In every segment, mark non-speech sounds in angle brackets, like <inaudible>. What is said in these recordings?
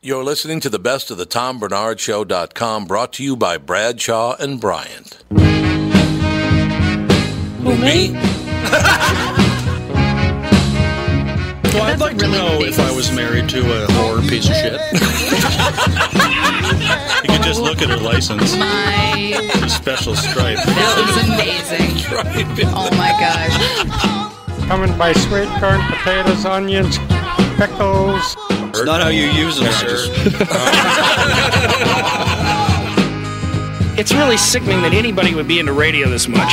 You're listening to the best of the Tom Bernard Show.com brought to you by Bradshaw and Bryant. <laughs> Who, me? Well, I'd like to know if I was married to a whore piece of shit. <laughs> you could just look at her license. My, It's a special stripe. this is amazing. Oh my gosh. coming by sweet corn, potatoes, onions, pickles. It's not how you use them, sir. It's really sickening that anybody would be into radio this much.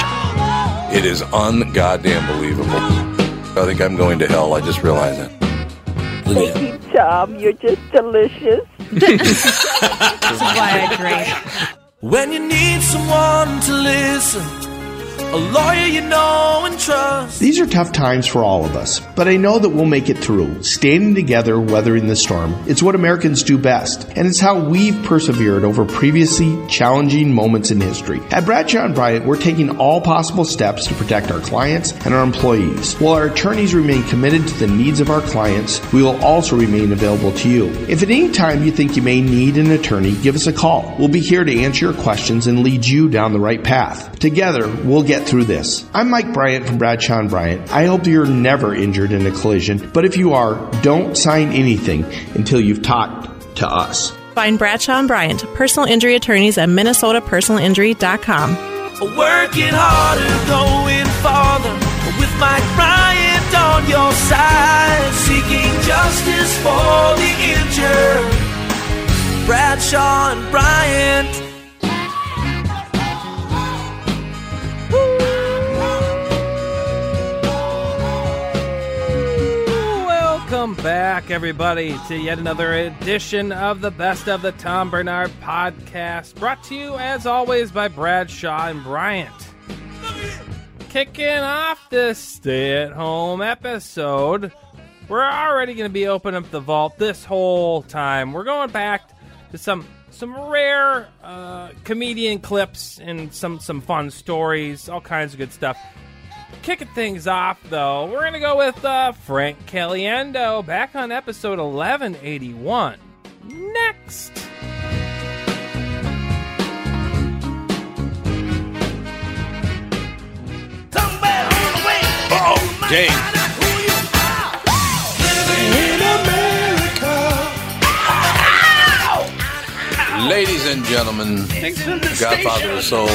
It is ungoddamn believable. I think I'm going to hell. I just realized that. Leanne. Thank you, Tom. You're just <laughs> delicious. This is why I drink. When you need someone to listen, a lawyer you know and trust. These are tough times for all of us, but I know that we'll make it through. Standing together, weathering the storm, it's what Americans do best, and it's how we've persevered over previously challenging moments in history. At Bradshaw and Bryant, we're taking all possible steps to protect our clients and our employees. While our attorneys remain committed to the needs of our clients, we will also remain available to you. If at any time you think you may need an attorney, give us a call. We'll be here to answer your questions and lead you down the right path. Together, we'll get through this. I'm Mike Bryant from Bradshaw and Bryant. I hope you're never injured in a collision, but if you are, don't sign anything until you've talked to us. Find Bradshaw and Bryant, personal injury attorneys at minnesotapersonalinjury.com. Working harder, going farther, with Mike Bryant on your side, seeking justice for the injured. Bradshaw and Bryant. <laughs> Welcome back, everybody, to yet another edition of the Best of the Tom Bernard podcast, brought to you, as always, by Bradshaw and Bryant. Kicking off this stay at home episode, we're already going to be opening up the vault this whole time. We're going back to some some rare uh, comedian clips and some, some fun stories, all kinds of good stuff. Kicking things off, though, we're going to go with uh, Frank Caliendo back on episode 1181. Next. Somewhere on the way, Oh, dang. find out who you are. Ladies and gentlemen, Godfather of Soul,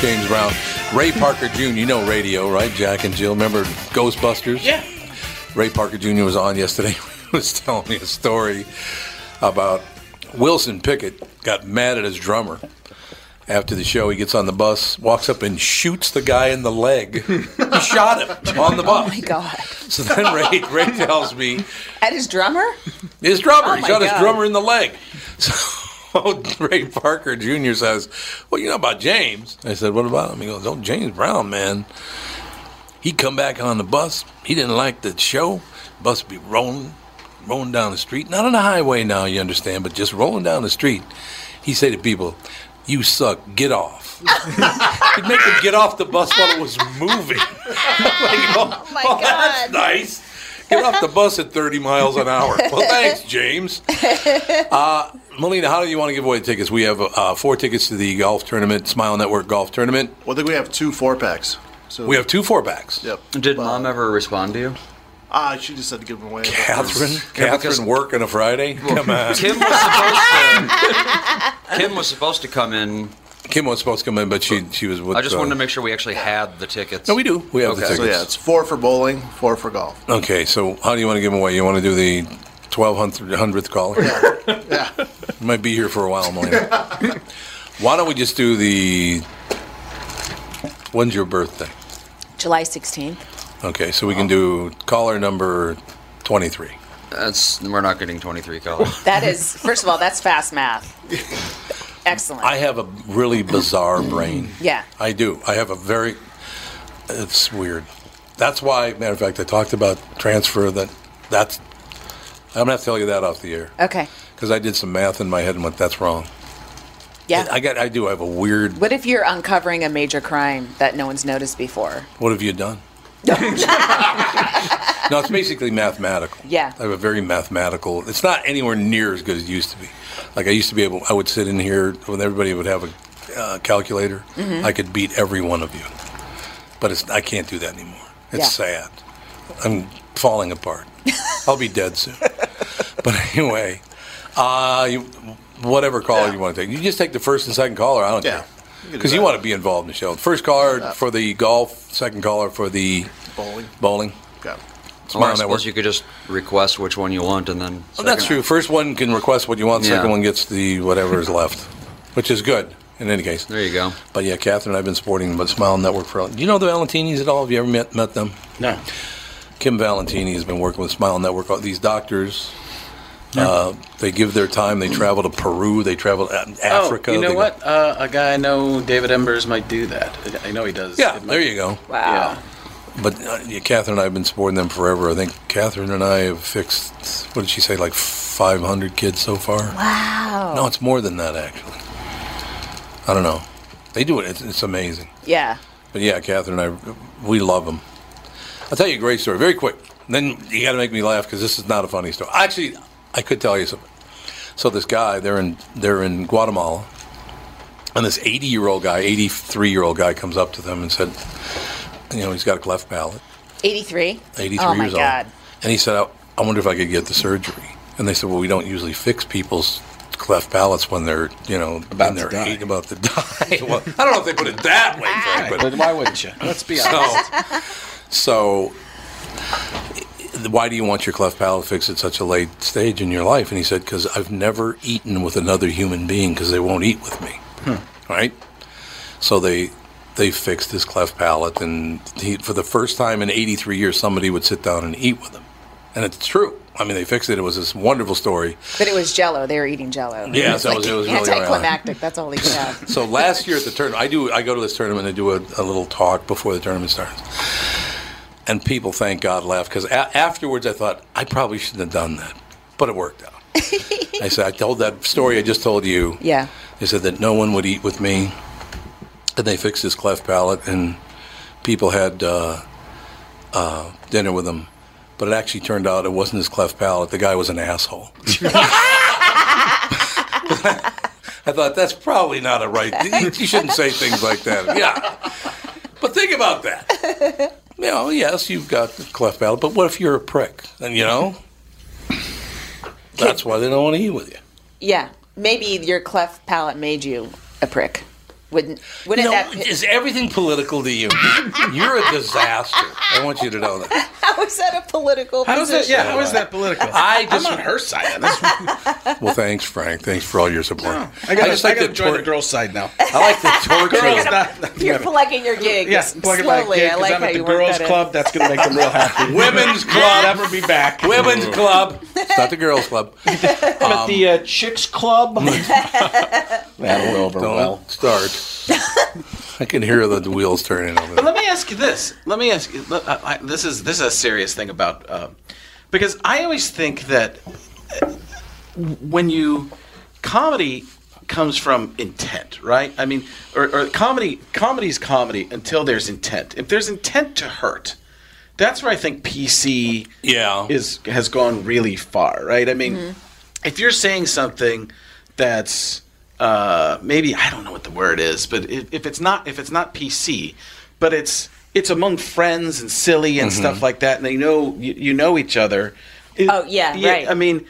James Brown, Ray Parker Jr. You know radio, right? Jack and Jill. Remember Ghostbusters? Yeah. Ray Parker Jr. was on yesterday. <laughs> He was telling me a story about Wilson Pickett got mad at his drummer. After the show, he gets on the bus, walks up and shoots the guy in the leg. he shot him on the bus. Oh God. So then Ray, Ray tells me At his drummer? his drummer. Oh he my shot his God. drummer in the leg. So <laughs> Ray Parker Jr. says, Well, you know about James. I said, What about him? He goes, Oh, James Brown, man. He come back on the bus. He didn't like the show. Bus be rolling, rolling down the street. Not on the highway now, you understand, but just rolling down the street. He say to people, You suck, get off. He'd make them get off the bus while it was moving. Like, oh, my oh, that's God. nice. Get off the bus at 30 miles an hour. Well, thanks, James. Uh, Melina, how do you want to give away the tickets? We have uh, four tickets to the golf tournament, Smile Network Golf Tournament. Well, I think we have two four packs. So We have two four packs. Yep. Did mom ever respond to you? Ah, she just said to give them away. Catherine, Yeah, Catherine, because- work on a Friday. Come on, Kim was supposed to. Kim was supposed to come in. Kim was supposed to come in, but she she was with. I just uh, wanted to make sure we actually had the tickets. No, we do. <laughs> We have the Okay. tickets. So yeah, it's four for bowling, four for golf. Okay, so how do you want to give them away? You want to do the 1200th caller? Yeah. You <laughs> might be here for a while, Melina. <laughs> Why don't we just do the. When's your birthday? July 16th. Okay, so we can do caller number 23. Oh. That's we're not getting 23 calls. That is, first of all, that's fast math. Excellent. I have a really bizarre brain. yeah. I do. I have a very. It's weird. That's why, matter of fact, I talked about transfer. That that's. I'm gonna have to tell you that off the air Okay. because I did some math in my head and went, "That's wrong." Yeah. I got. I do. I have a weird. what if you're uncovering a major crime that <laughs> no one's noticed before? What have you done? <laughs> No, it's basically mathematical. Yeah. I have a very mathematical. It's not anywhere near as good as it used to be. Like I used to be able, I would sit in here when everybody would have a uh, calculator. Mhm. I could beat every one of you, but it's I can't do that anymore. It's Yeah. sad. I'm falling <laughs> apart. I'll be dead soon. But anyway, uh, you, whatever caller you want to take, you just take the first and second caller. I don't Yeah. care You can do because you that. want to be involved, Michelle. First caller Yeah. for the golf, second caller for the Bowling. Bowling. Yeah. Or I Smile suppose Network. you could just request which one you want, and then Well, Oh, that's true. First one can request what you want. Yeah. Second one gets the whatever is <laughs> left, which is good in any case. There you go. But yeah, Catherine, I've been supporting the Smile Network for. Do you know the Valentinis at all? Have you ever met met them? No. Kim Valentini has been working with Smile Network. All These doctors. Uh, they give their time. They travel to Peru. They travel to Africa. Oh, you They know go- what? Uh, a guy I know, David Embers, might do that. I know he does. Yeah, It might- there you go. Yeah. But uh, yeah, Catherine and I have been supporting them forever. I think Catherine and I have fixed, what did she say, like 500 kids so far? Wow. No, it's more than that, actually. I don't know. They do it, it's, it's amazing. Yeah. But yeah, Catherine and I, we love them. I'll tell you a great story, very quick. Then you got to make me laugh because this is not a funny story. Actually, I could tell you something. So this guy, they're in they're in Guatemala, and this 80 year old guy, 83 year old guy, comes up to them and said, you know, he's got a cleft palate, 83? 83 Oh, my years God. old, and he said, I, I wonder if I could get the surgery. And they said, well, we don't usually fix people's cleft palates when they're you know about in their to die. eight- about to <laughs> die. well, I don't know if they put it that way, Frank, but, Ah, But why wouldn't you? Let's be So- honest. so, why do you want your cleft palate fixed at such a late stage in your life? And he said, because I've never eaten with another human being because they won't eat with me, Hmm. right? So they they fixed his cleft palate, and he, for the first time in 83 years, somebody would sit down and eat with him, and it's true. I mean, they fixed it. It was this wonderful story. But it was jello. They were eating jello. Yeah, It's that was- it was really anticlimactic. That's all he could <laughs> have. So last year at the tournament, I do. I go to this tournament and do a, a little talk before the tournament starts, and people thank God laughed because a- afterwards I thought I probably shouldn't have done that, but it worked out. I said I told that story I just told you. Yeah. They said that no one would eat with me, and they fixed his cleft palate, and people had uh, uh, dinner with him. But it actually turned out it wasn't his cleft palate. The guy was an asshole. <laughs> I thought that's probably not a right. You, you shouldn't say things like that. <laughs> Yeah, but think about that. <laughs> You know, yes, you've got the cleft palate, but what if you're a prick? And you know, that's why they don't want to eat with you. Yeah. Maybe your cleft palate made you a prick. <laughs> Wouldn't, wouldn't No, that. is everything political to you? You're a disaster. I want you to know that. How is that a political How is that? position? Yeah. How is that <laughs> political? I just- I'm on her side. Of this. Well, thanks, Frank. Thanks for all your support. <laughs> I got. I, just like got to to join the tor- girl's side now. <laughs> I like the torture. Girls, not- You're plugging your gig. Yeah, slowly. plug it back in, I 'cause like I'm how at the you work girls' that in. club. That's gonna make them real <laughs> happy. Women's club. Never be back. Women's club. It's not the girls' club. I'm at the uh, chicks club. <laughs> That'll go over Don't well. Start. I can hear the, the wheels turning over But there. let me ask you this. Let me ask you. let- I- I- This is this is a serious thing about uh, because I always think that uh, when you comedy comes from intent, right? I mean, or, or comedy comedy's comedy until there's intent. If there's intent to hurt, that's where I think PC yeah is has gone really far, right? I mean, if you're saying something that's uh, maybe I don't know what the word is, but if, if it's not if it's not PC, but it's it's among friends and silly and Mhm. stuff like that, and they know you, you know each other. It- Oh, yeah, right. I mean.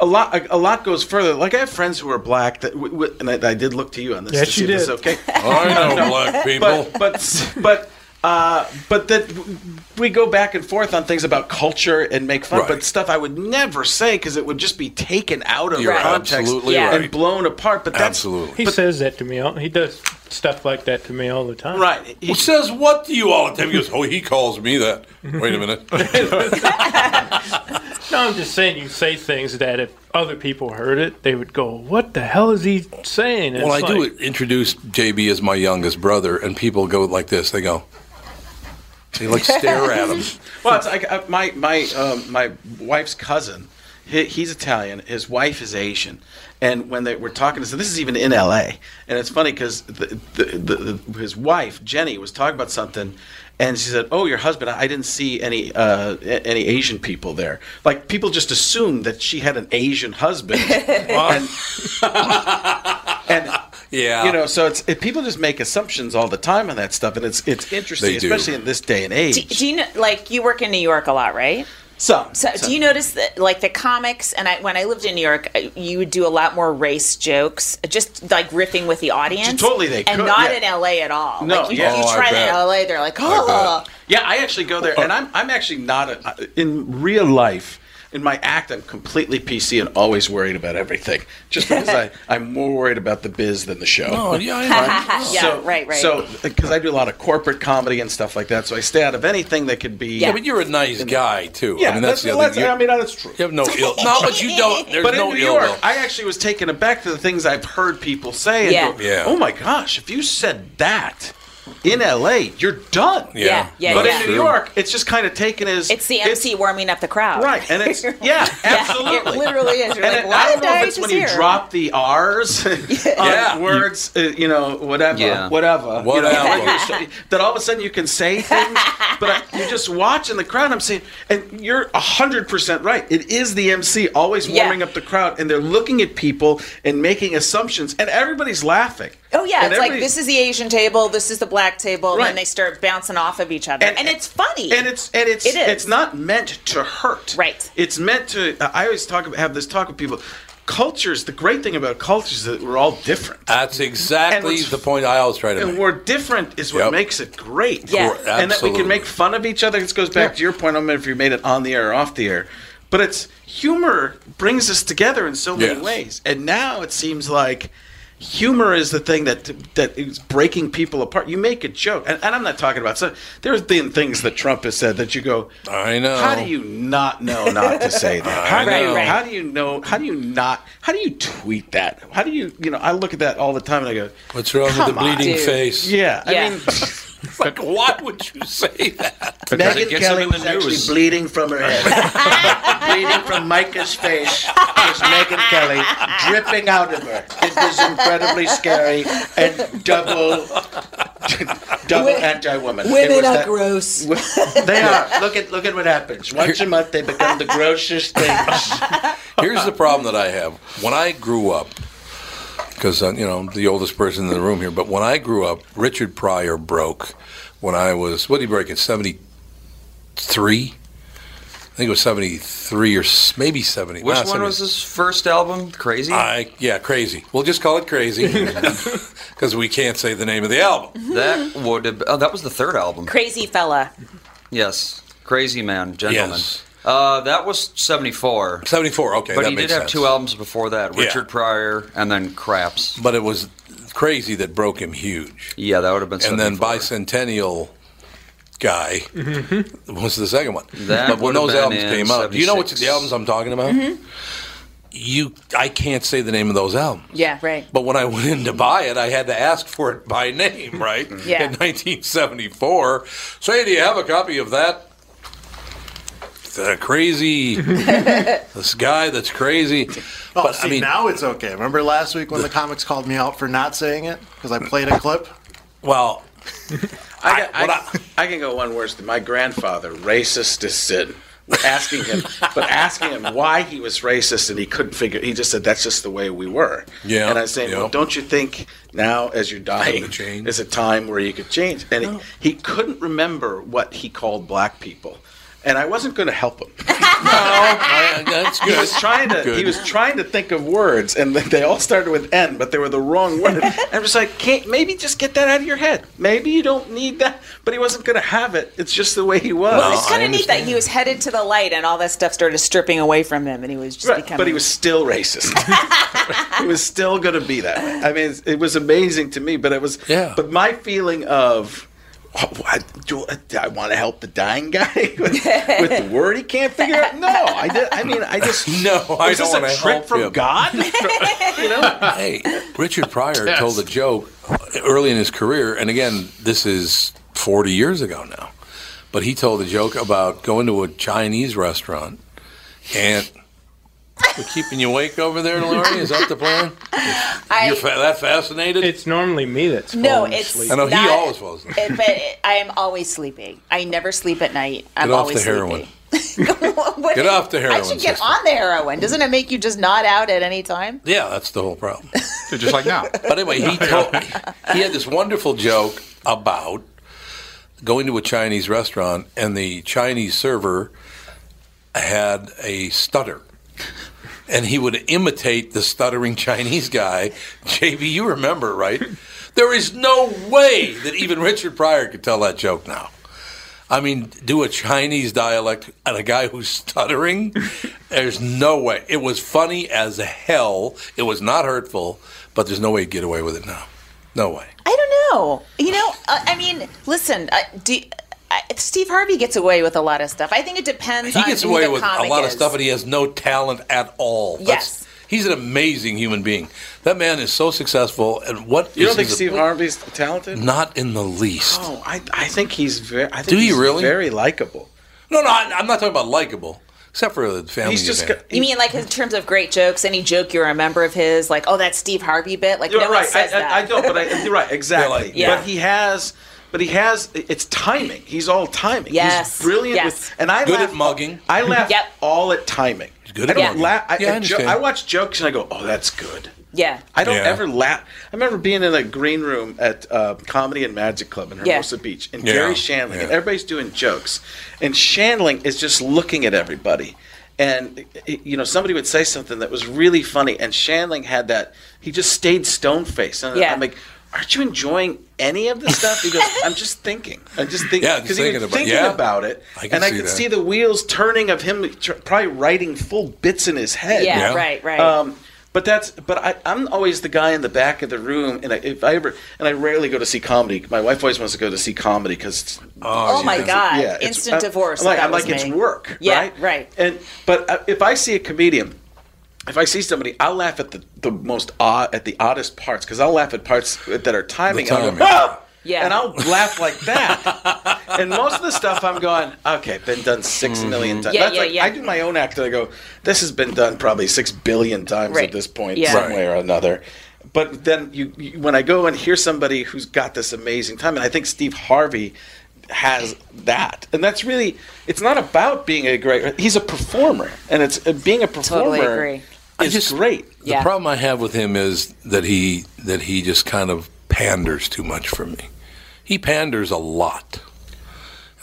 A lot, a, a lot goes further. Like I have friends who are black that, w- w- and I, I did look to you on this. Yes, to see you if it's did. <laughs> Okay. <laughs> I <laughs> know black people. But, <laughs> but, but, uh, but that w- we go back and forth on things about culture and make fun, but stuff I would never say because it would just be taken out of You're context absolutely and right. blown apart. But that's Absolutely. He says that to me. all- He does stuff like that to me all the time. Right. He Um, says what to you all the time? He goes, oh, he calls me that. Wait a <laughs> minute. No, I'm just saying you say things that if other people heard it, they would go, "What the hell is he saying?" And well, I it's do like, introduce JB as my youngest brother, and people go like this. They go, they like stare at him. <laughs> Well, it's like uh, my my um, my wife's cousin. He, he's Italian. His wife is Asian. And when they were talking to, so this is even in L.A. And it's funny because the, the, the, the, his wife Jenny was talking about something, and she said, "Oh, your husband. I I didn't see any uh, a- any Asian people there. Like people just assumed that she had an <laughs> Asian husband." and, and yeah, you know, so it's it, people just make assumptions all the time on that stuff, and it's it's interesting, They do. especially in this day and age. Do, do you know, like you work in New York a lot, right? Some. So do you notice that like the comics and I when I lived in New York, I- you would do a lot more race jokes, uh, just like riffing with the audience. Totally they and could, not yeah. in L.A. at all. No, like, you, yeah. you Oh, I try that bet. in L.A., they're like, oh, Yeah, I actually go there, and I'm I'm actually not a, in real life. In my act, I'm completely PC and always worried about everything. Just because <laughs> I, I'm more worried about the biz than the show. No, Oh, yeah, I <laughs> know. Yeah, so, right, right. So, because I do a lot of corporate comedy and stuff like that, so I stay out of anything that could be. Yeah, but you're a nice guy too. Yeah, I mean that's, the other. that's- thing. I mean that's true. You have no ill. <laughs> No, but you <laughs> don't. There's but no in New ill York, will. I actually was taken aback to the things I've heard people say. And Yeah. Go, Yeah. Oh my gosh! If you said that in L.A., you're done. Yeah. Yeah, yeah, But yeah. in New True. York, it's just kind of taken as it's the MC warming up the crowd, Right, and <laughs> it's yeah, absolutely, it literally is. You're and like, it- why I don't did know I if it's just when hear? you drop the R's <laughs> on words, uh, you know, whatever, Yeah. whatever, you know, Whatever. like, that all of a sudden you can say <laughs> things, but I, you're just watching the crowd. I'm saying, and you're hundred percent right. It is the MC always Yeah. warming up the crowd, and they're looking at people and making assumptions, and everybody's laughing. Oh yeah, And it's like everybody- this is the Asian table, this is the black table, and then Right. they start bouncing off of each other, and, it's funny. and it's and it's It is. it's not meant to hurt. Right. It's meant to. I always talk about, have this talk with people. Cultures. The great thing about cultures is that we're all different. That's exactly the point I always try to And make. we're different is what Yep. makes it great. Yeah. Cor- And that we absolutely. can make fun of each other. This goes back to your point. I don't know if you made it on the air or off the air, but it's humor brings us together in so many Yes. ways. And now it seems like humor is the thing that that is breaking people apart. You make a joke, and, and I'm not talking about so. There's been things that Trump has said that you go. I know. How do you not know not to say <laughs> that? I How, do you- know. how do you know? How do you not? How do you tweet that? How do you? You know, I look at that all the time and I go, "What's wrong with the bleeding face?" Yeah, Yeah. I mean, <laughs> like, why would you say that? Because Megyn it gets them Kelly in the was actually news. bleeding from her <laughs> head. bleeding from Micah's face was Megan Kelly dripping out of her. It was incredibly scary and double, double anti-woman. It women was are gross. <laughs> They are. Look at look at what happens. Once a month, they become the grossest things. Here's the problem that I have. When I grew up, because uh, you know I'm the oldest person in the room here, but when I grew up, Richard Pryor broke. When I was what did he break in seventy three? I think it was seventy three or s- maybe seventy. Which not one 70. was his first album? Crazy. I yeah, crazy. We'll just call it <laughs> crazy <laughs> because we can't say the name of the album. That would have. Oh, that was the third album. Crazy fella. Yes, Crazy Man, Gentleman. Uh, that was seventy four. Seventy four. Okay, but that he makes did have sense. two albums before that: Yeah. Richard Pryor and then Craps. But it was crazy that broke him huge. Yeah, that would have been. And then bicentennial guy was the second one. That but would when have those been albums in came out, do you know which 76. the albums I'm talking about? Mm-hmm. You, I can't say the name of those albums. Yeah, right. But when I <laughs> went in to buy it, I had to ask for it by name, <laughs> right? Mm-hmm. Yeah. In 1974. Say, do you have a copy of that? The <laughs> crazy, this guy that's crazy. Oh, but see, I mean, now it's okay. Remember last week when the comics called me out for not saying it because I played a clip. Well, I, I, I can go one worse than my grandfather, racist as sin. Asking him, but asking him why he was racist, and he couldn't figure. He just said that's just the way we were. Yeah, And I was saying, yeah. well, don't you think now, as you're dying, is a time where you could change? And he, he couldn't remember what he called black people, and I wasn't going to help him. Oh, that's He was trying to. He Good. was trying to think of words, and they all started with N, but they were the <laughs> wrong word. I'm just like, can't maybe just get that out of your head. Maybe you don't need that. But he wasn't going to have it. It's just the way he was. well, it's kind of neat that he was headed to the light, and all that stuff started stripping away from him, and he was just Right, becoming. but he <laughs> was still racist. it was still going to be that way. I mean, it was amazing to me, but it was. Yeah. But my feeling of. oh, I, do I want to help the dying guy <laughs> with, with the word he can't figure out? No, I, did, I mean, I just <laughs> no. I was don't this a wanna trick help from him. <laughs> God? <laughs> you know, hey, Richard Pryor Yes. told a joke early in his career, and again, this is 40 years ago now. But he told a joke about going to a Chinese restaurant and We're keeping you awake over there, Lori. Is that the plan? You're <laughs> I, fa- that fascinated? It's normally me that's no, it's I know he not- always falls. <laughs> asleep. it- but it- I am always sleepy. I never sleep at night. I'm Get off the always heroin. sleepy. Get off the heroin. I should get sister. on the heroin. Doesn't it make you just nod out at any time? Yeah, that's the whole <laughs> problem. just like now. But anyway, <laughs> he told, he had this wonderful joke about going to a Chinese restaurant and the Chinese server had a stutter. And he would imitate the stuttering Chinese guy. <laughs> JB, you remember, right? There is no way that even Richard Pryor could tell that joke now. I mean, do a Chinese dialect and a guy who's stuttering? There's no way. It was funny as hell. It was not hurtful, but there's no way to get away with it now. No way. I don't know. You know, uh, I mean, listen, uh, do, uh, Steve Harvey gets away with a lot of stuff. I think it depends He on gets who away the with a comic lot of is. stuff, and he has no talent at all. Yes. he's an amazing human being. That man is so successful, and what You don't is think his- Steve Harvey's talented? Not in the least. Oh, I, I think he's very. I think Do he's you really? Very likable. No, no, I, I'm not talking about likable, except for the family. He's just man. You mean like in terms of great jokes? Any joke you remember of his, like oh that Steve Harvey bit, like You're no one right. says I, that. I, I don't. But I, <laughs> you're right. Exactly. Yeah. But he has. But he has. It's timing. He's all timing. Yes. He's brilliant. Yes. With, and I Good laugh, at mugging. I laugh Yep. all at timing. He's good I at don't mugging. laugh. I, Yeah, I I, jo- understand. I watch jokes and I go, "Oh, that's good." <laughs> yeah. I don't Yeah. ever laugh. I remember being in a green room at uh, Comedy and Magic Club in Yeah. Hermosa Beach, and Yeah. Gary Shandling, and Yeah. everybody's doing jokes, and Shandling is just looking at everybody. And you know, somebody would say something that was really funny, and Shandling had that. He just stayed stone faced, and Yeah. I'm like, "Aren't you enjoying any of the stuff?" He goes, "I'm just thinking. I'm just thinking." Yeah, just he thinking was about- thinking yeah. about it, I can and I see could that. see the wheels turning of him, tr- probably writing full bits in his head. Yeah, Yeah. right, right. Um, but that's but I, I'm always the guy in the back of the room, and I, if I ever and I rarely go to see comedy. My wife always wants to go to see comedy because Oh, my God. Instant divorce, uh, I'm like, that I'm was like it's me. work, Yeah, right? right. And but uh, if I see a comedian, if I see somebody, I'll laugh at the, the most odd at the oddest parts because I'll laugh at parts that are timing. and I'll go, timing. "Ah!" Yeah. And <laughs> I'll laugh like that. and most of the stuff I'm going, okay, been done six million times. Yeah, That's yeah, like, yeah. I do my own act and I go, this has been done probably six billion times Right. at this point, Yeah. some way or another. But then you, you, when I go and hear somebody who's got this amazing time, and I think Steve Harvey has that, and that's really, it's not about being a great. He's a performer, and it's uh, being a performer. agree. Is great. The problem I have with him is that he that he just kind of panders too much for me. He panders a lot,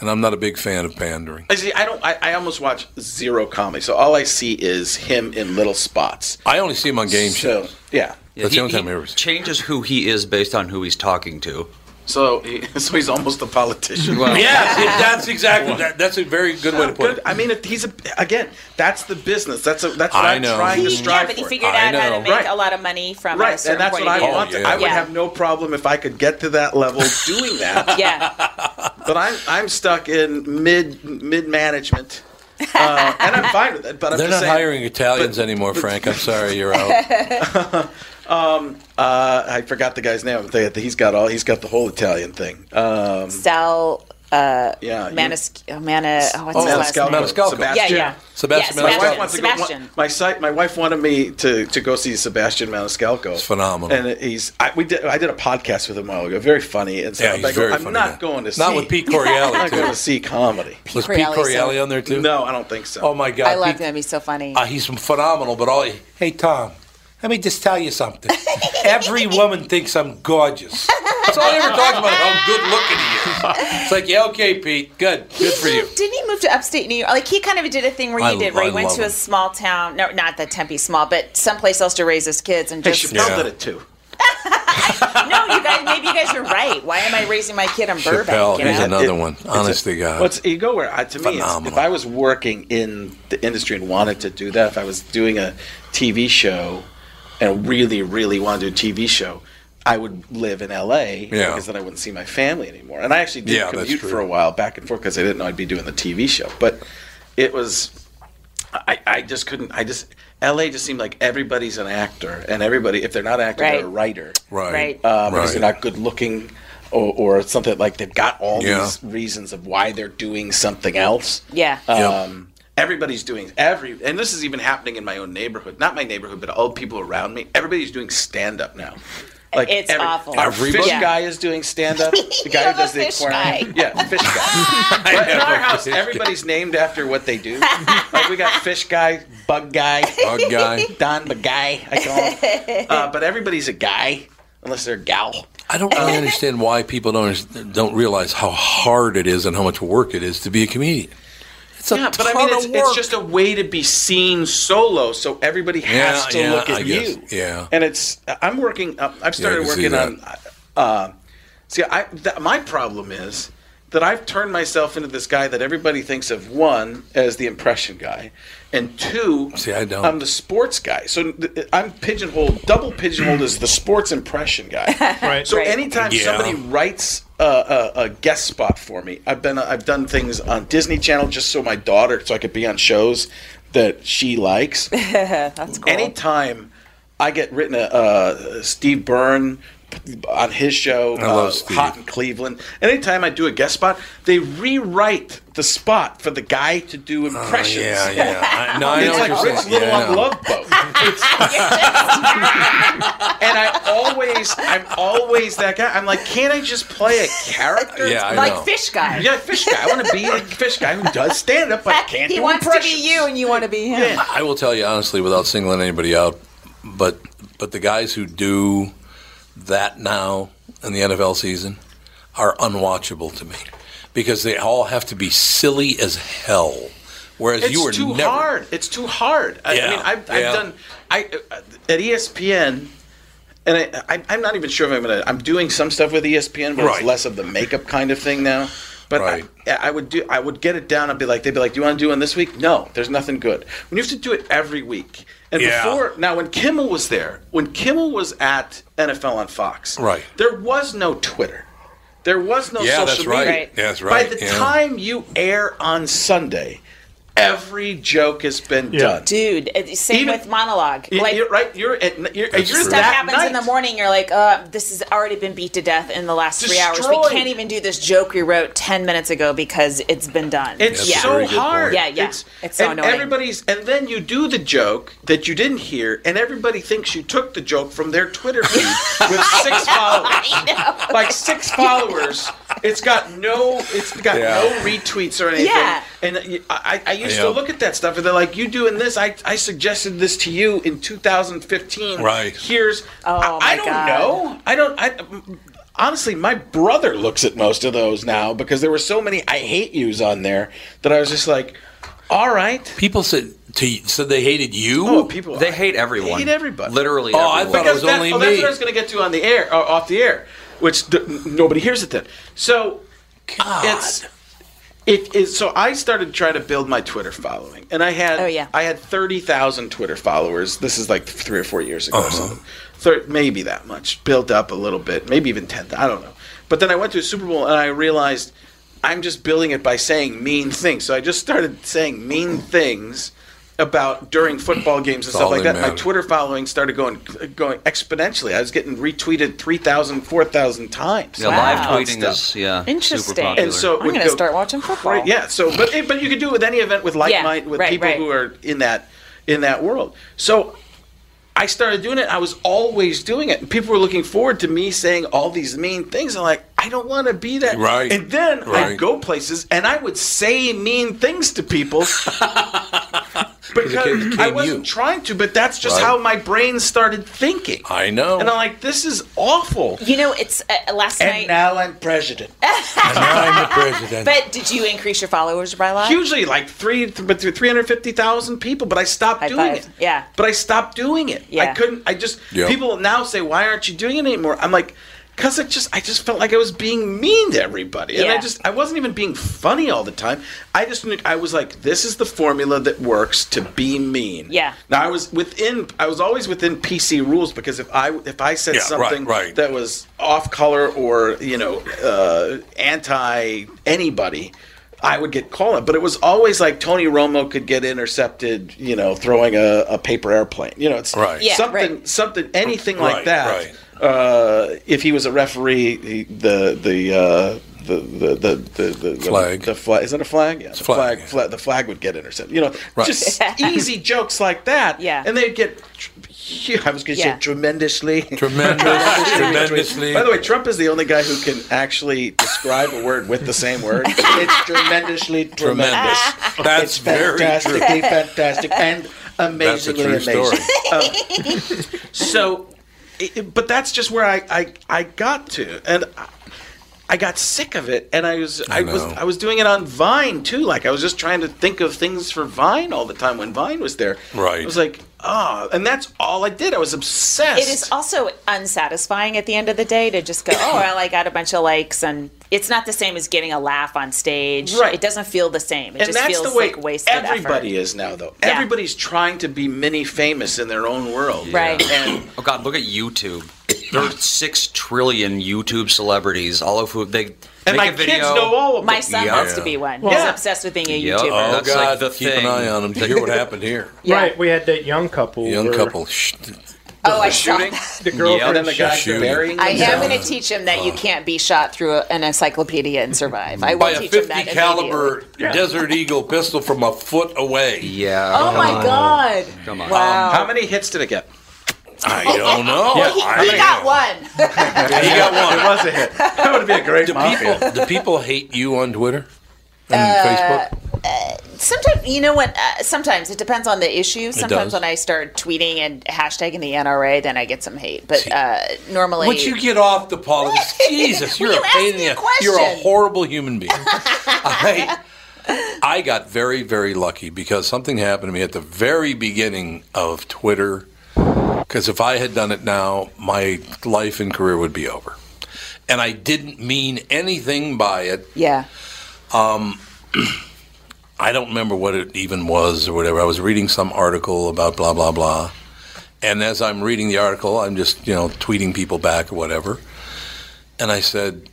and I'm not a big fan of pandering. I see. I don't. I, I almost watch zero comedy, so all I see is him in little spots. I only see him on game So, shows. yeah. That's the only time I ever see. changes who he is based on who he's talking to. So, <laughs> he, so he's almost a <laughs> politician. Well, Yes, it- that's exactly. That, that's a very good way to put it. I mean, it- he's a, again. That's the business. That's a, that's what I I'm know. trying to He- yeah, strive yeah, but he for. figured out how to make right. a lot of money from it. a Right, certain and that's point what I of view. Oh, want. I would have no problem if I could get to <laughs> that level doing that. <laughs> yeah, But I'm I'm stuck in mid mid management, uh, and I'm fine with it. But I'm They're just not saying, hiring Italians anymore, Frank. I'm sorry, <laughs> you're out. <laughs> Um, uh, I forgot the guy's name. They- He's got all. He's got the whole Italian thing. Um, Sal. Uh, Yeah, you- Manis- oh, Mana. Oh, what's Oh, his last Maniscalco. name? Maniscalco. Yeah, yeah. Sebastian yeah, Maniscalco. My wife wants to go- Sebastian. my site. My wife wanted me to, to go see Sebastian Maniscalco. It's phenomenal. And he's. I, we did. I did a podcast with him a while ago. Very funny. And so Yeah, I'm, he's like, very I'm funny, not man. going to see. Not with Pete Correale, <laughs> I'm not too. going to see comedy. Was Pete Correale's Correale so- on there too? No, I don't think so. Oh my God, I love Pete- him. He's so funny. Uh, he's phenomenal, but all. Hey Tom, let me just tell you something. <laughs> Every woman thinks I'm gorgeous. That's all he ever talks about. How good looking he is. It's like, yeah, okay, Pete, good, good for <laughs> you. Didn't he move to upstate New York? Like he kind of did a thing where I- you did, where I he went love to a him. small town, no, not that Tempe small, but someplace else to raise his kids and Hey, just. Chappelle did Yeah. it too. no, you guys. Maybe you guys are right. Why am I raising my kid in Burbank? Chappelle, you know? he's another one. Honest to God. What's you go where I, to me? It's, if Phenomenal. I was working in the industry and wanted to do that, if I was doing a TV show and really, really wanted to do a TV show, I would live in LA Yeah. because then I wouldn't see my family anymore. And I actually did Yeah, that's commute true. for a while back and forth because I didn't know I'd be doing the TV show. But it was, I, I just couldn't. I just LA just seemed like everybody's an actor, and everybody if they're not an actor, Right. they're a writer. Right. Right. Uh, because Right. they're not good looking or, or something like they've got all Yeah. these reasons of why they're doing something else. Yeah. Um, Everybody's doing every, and this is even happening in my own neighborhood. Not my neighborhood, but all the people around me. Everybody's doing stand up now. Like It's awful. Our fish Everybody? Yeah. guy is doing stand <laughs> up. The guy have who does a the fish aquarium. <laughs> Yeah, fish <laughs> guy. But in our house, everybody's named after what they do. like we got fish guy, bug guy, Bug guy. Don the guy. I call <laughs> him. Uh, but everybody's a guy unless they're a gal. I don't really understand why people don't don't realize how hard it is and how much work it is to be a comedian. It's a yeah, but I ton mean, it's, of it's work. just a way to be seen solo, so everybody has to look at I you. guess. Yeah. And it's I'm working. uh, I've started can see working that. on. Uh, see, I th- my problem is that I've turned myself into this guy that everybody thinks of one as the impression guy, and two. See, I don't. I'm the sports guy, so th- I'm pigeonholed, double pigeonholed as the sports impression guy. Right. So Right. anytime Yeah. somebody writes a, a, a guest spot for me, I've been uh, I've done things on Disney Channel just so my daughter, so I could be on shows that she likes. That's cool. Anytime I get written a uh, Steve Byrne on his show, I love uh, Steve. Hot in Cleveland. Anytime I do a guest spot, they rewrite the spot for the guy to do impressions. Oh, yeah, yeah. I- no, I know it's what like you're Rich saying. Little Yeah, I on know. Love Boat. <laughs> It's- and I always, I'm always that guy. I'm like, can't I just play a character? Yeah, I like fish guy. Yeah, fish guy. I want to be a fish guy who does stand up, but can't he do wants to impressions. be you, and you want to be him. I I will tell you honestly, without singling anybody out, but but the guys who do that now in the NFL season are unwatchable to me because they all have to be silly as hell. Whereas it's you were too never. hard. It's too hard. I, I Yeah, mean, I've, I've yeah. done I uh, at ESPN, and I, I, I'm not even sure if I'm gonna. I'm doing some stuff with E ESPN, but Right. it's less of the makeup kind of thing now. But Right. I, I would do. I would get it down. I'd be like, they'd be like, "Do you want to do one this week?" No, there's nothing good. When you have to do it every week, and Yeah. before now, when Kimmel was there, when Kimmel was at NFL on Fox, Right. There was no Twitter. There was no Yeah, social that's media. right. Yeah, that's right, By the yeah. time you air on Sunday, every joke has been done. Dude, it- same Even- with monologue. You- like you're right. You're at, you're, you're stuff that happens night. in the morning. You're like, uh, this has already been beat to death in the last three hours. Destroyed. We can't even do this joke we wrote ten minutes ago because it's been done. It's yeah. so hard. Yeah, yeah. It's, It's, so and annoying. Everybody's and then you do the joke that you didn't hear, and everybody thinks you took the joke from their Twitter <laughs> feed with six followers. Like six followers. It's got no. It's got Yeah. no retweets or anything. Yeah. And you- I, I I used Yeah. to look at that stuff, and they're like, "You doing this? I, I suggested this to you in 2015. Right. Here's. I, I Oh my don't God. know. I mm, don't. I, honestly, my brother looks at most of those now because there were so many I hate yous on there that I was just like, all right. People said to said they hated you. Oh, people They hate everyone. hate everybody. Literally Oh, I everyone. thought it Because was that- only oh, that's me. what I was going to get to on the air, or off the air, which d- n- nobody hears it then. So it's it is. So I started to try to build my Twitter following, and I had Oh, yeah. I had thirty thousand Twitter followers. This is like three or four years ago, Uh-huh. or something. Thir- maybe that much built up a little bit, maybe even ten. I don't know. But then I went to a Super Bowl, and I realized I'm just building it by saying mean things. So I just started saying mean things about during football games and That's all stuff like that that. My matters. Twitter following started going going exponentially. I was getting retweeted 3,000, 4,000 times. Yeah, live On tweeting stuff. is yeah super Interesting. popular. And so it I'm would gonna go start watching football. Right, yeah. So, but it- but you could do it with any event with like Yeah, mind with right, people right. who are in that in that world. So, I started doing it. I was always doing it. And people were looking forward to me saying all these mean things. I'm like, I don't want to be that. Right, And then right. I'd go places and I would say mean things to <laughs> people. became- because became I wasn't you. trying to, but that's just Right. how my brain started thinking. I know. And I'm like, this is awful. You know, it's uh, last And night. now I'm president. And now I'm the president. <laughs> but did you increase your followers by a lot? Hugely, like three, but three hundred fifty thousand people. But I stopped High doing five. it. Yeah. But I stopped doing it. Yeah. I couldn't. I just Yeah. people now say, "Why aren't you doing it anymore?" I'm like, "Cause I just, I just felt like I was being mean to everybody, and I Yeah. just, I wasn't even being funny all the time. I just, knew- I was like, this is the formula that works to be mean. Yeah. Now I was within, I was always within PC rules because if I, if I said Yeah, right, something right. that was off color or you know uh, anti anybody i would get called on. but it was always like tony romo could get intercepted you know throwing a, a paper airplane you know it's Right. Yeah, something right. something anything like Right, that right. Uh, if he was a referee, he, the the uh, the the the the, the flag. The, flag is that a flag? Yeah, the flag. Flag, The flag would get intercepted. You know, Right. <laughs> just easy jokes like that. Yeah, and they'd get. I was going to Yeah. say <laughs> tremendously. <laughs> Tremendous, tremendously. By the way, Trump is the only guy who can actually describe a word with the same word. It's tremendously tremendous. That's it's very true. fantastically fantastic and That's a amazingly true amazing. story. <laughs> Um, so, it- it- but that's just where I I, I got to, and I, I got sick of it, and I was I, I was know. I was doing it on Vine too. Like I was just trying to think of things for Vine all the time when Vine was there. Right. I was like, ah, and that's all I did. I was obsessed. It is also unsatisfying at the end of the day to just go, oh, well, I got a bunch of likes, and it's not the same as getting a laugh on stage. Right. It doesn't feel the same. It and just that's feels the way like wasted everybody effort. is now, though. Yeah. Everybody's trying to be mini famous in their own world, Right. And Oh God, look at YouTube. There are six trillion YouTube celebrities, all of who they make a video. My son Yeah. wants to be one. He's Yeah. obsessed with being a Yep. YouTuber. Oh That's God! like the keep thing. an eye on them to hear what happened here. Right, we had that young couple. Young where- couple. Shh. Oh, I saw that. The girlfriend Yeah, then the guy shot- burying I am going to teach him that you can't be shot through a- an encyclopedia and survive. I will By a teach him 50 that. caliber immediately. Desert Eagle pistol from a foot away. Um, Yeah. Oh my God! Wow. Oh, how many hits did it get? I don't know. Yeah, Oh, I he don't got one. He got one. It was a hit. That would be a great do mafia. people, do people hate you on Twitter and Uh, Facebook? Sometimes you know what? Uh, sometimes it depends on the issue. does. Sometimes when I start tweeting and hashtagging the NRA, then I get some hate. But uh, normally, Would you get off the <laughs> politics? Jesus, you're Well, a you pain asked in me a the You're a question. horrible human <laughs> being. I, I got very, very lucky because something happened to me at the very beginning of Twitter. Because if I had done it now, my life and career would be over. And I didn't mean anything by it. yeah. Um, <clears throat> I don't remember what it even was or whatever. I was reading some article about blah blah blah, and as I'm reading the article, I'm just you know tweeting people back or whatever, and I said,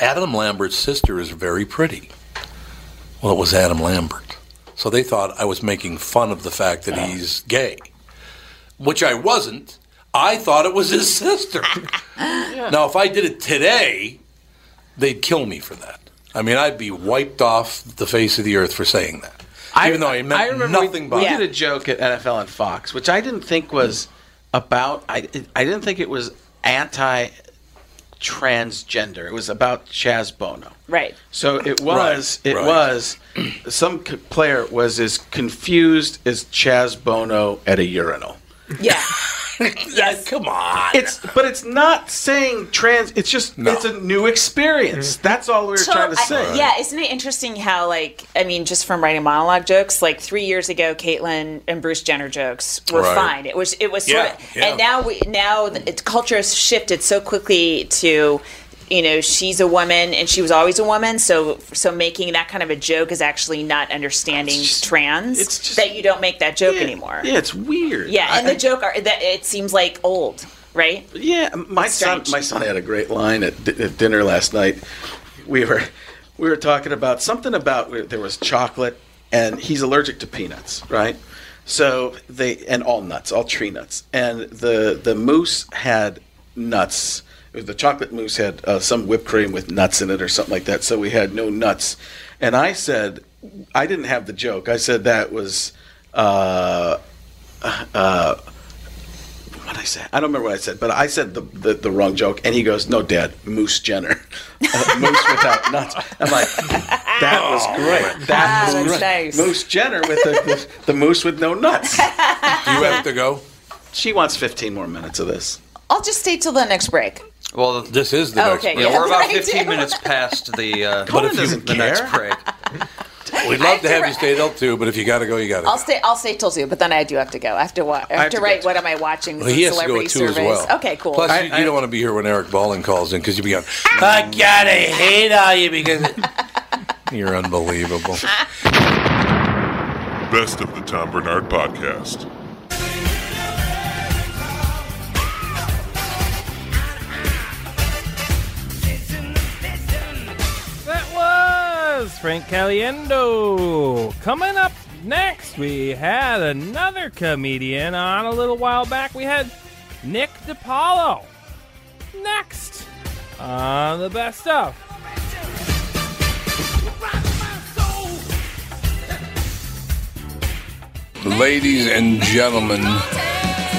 "Adam Lambert's sister is very pretty." Well, it was Adam Lambert, so they thought I was making fun of the fact that he's gay, which I wasn't. I thought it was his <laughs> sister. Now, if I did it today, they'd kill me for that. I mean, I'd be wiped off the face of the earth for saying that. Even though I meant nothing we, by we it. did a joke at NFL and Fox, which I didn't think was about. I I didn't think it was anti transgender. It was about Chaz Bono. Right. So it was. Right, it right. was. Some c- player was as confused as Chaz Bono at a urinal. <laughs> Yeah. yes. Come on. It's but it's not saying trans. It's just it's a new experience. That's all we were So, trying to I- say. yeah, isn't it interesting how, like, I mean, just from writing monologue jokes, like three years ago, Caitlyn and Bruce Jenner jokes were Right. fine. It was, it was Yeah, sort of, yeah. and now we, now the it, culture has shifted so quickly to, you know, she's a woman and she was always a woman, so so making that kind of a joke is actually not understanding trans. It's just, that you don't make that joke anymore. Yeah, it's weird. Yeah, and I- the joke are that it seems like old, right? Yeah, my son, my son had a great line at, di- at dinner last night. We were we were talking about something about where there was chocolate, and he's allergic to peanuts, right? So they and all nuts, all tree nuts, and the the moose had nuts. The chocolate mousse had uh, some whipped cream with nuts in it or something like that. So we had no nuts, and I said I didn't have the joke. I said that was. Uh, uh, what I said. I don't remember what I said, but I said the, the, the wrong joke, and he goes, "No, Dad, Moose Jenner, <laughs> Uh, Moose without nuts." I'm like, "That was great. That Wow, was that's great. nice. Moose Jenner with the, the, the moose with no nuts." Do you have to go? She wants 15 more minutes of this. I'll just stay till the next break. Well, this is the Oh, next okay, break. Yeah, we're about yeah, right. 15 minutes past the. Uh, But if you- the next break. <laughs> We'd love to have you stay up too, but if you got to go, you got to I'll go. stay. I'll stay till two, but then I do have to go. I have to. Wa- I have, have to, to write. What am I watching? Well, he has to go Celebrity at two as surveys. well. Okay, cool. Plus, you, you don't want to be here when Eric Balling calls in because you be going, I gotta hate all you because you're unbelievable. Best of the Tom Bernard Podcast. That was Frank Caliendo. Coming up next, we had another comedian on a little while back. We had Nick DiPaolo. Next on the best stuff. Ladies and gentlemen,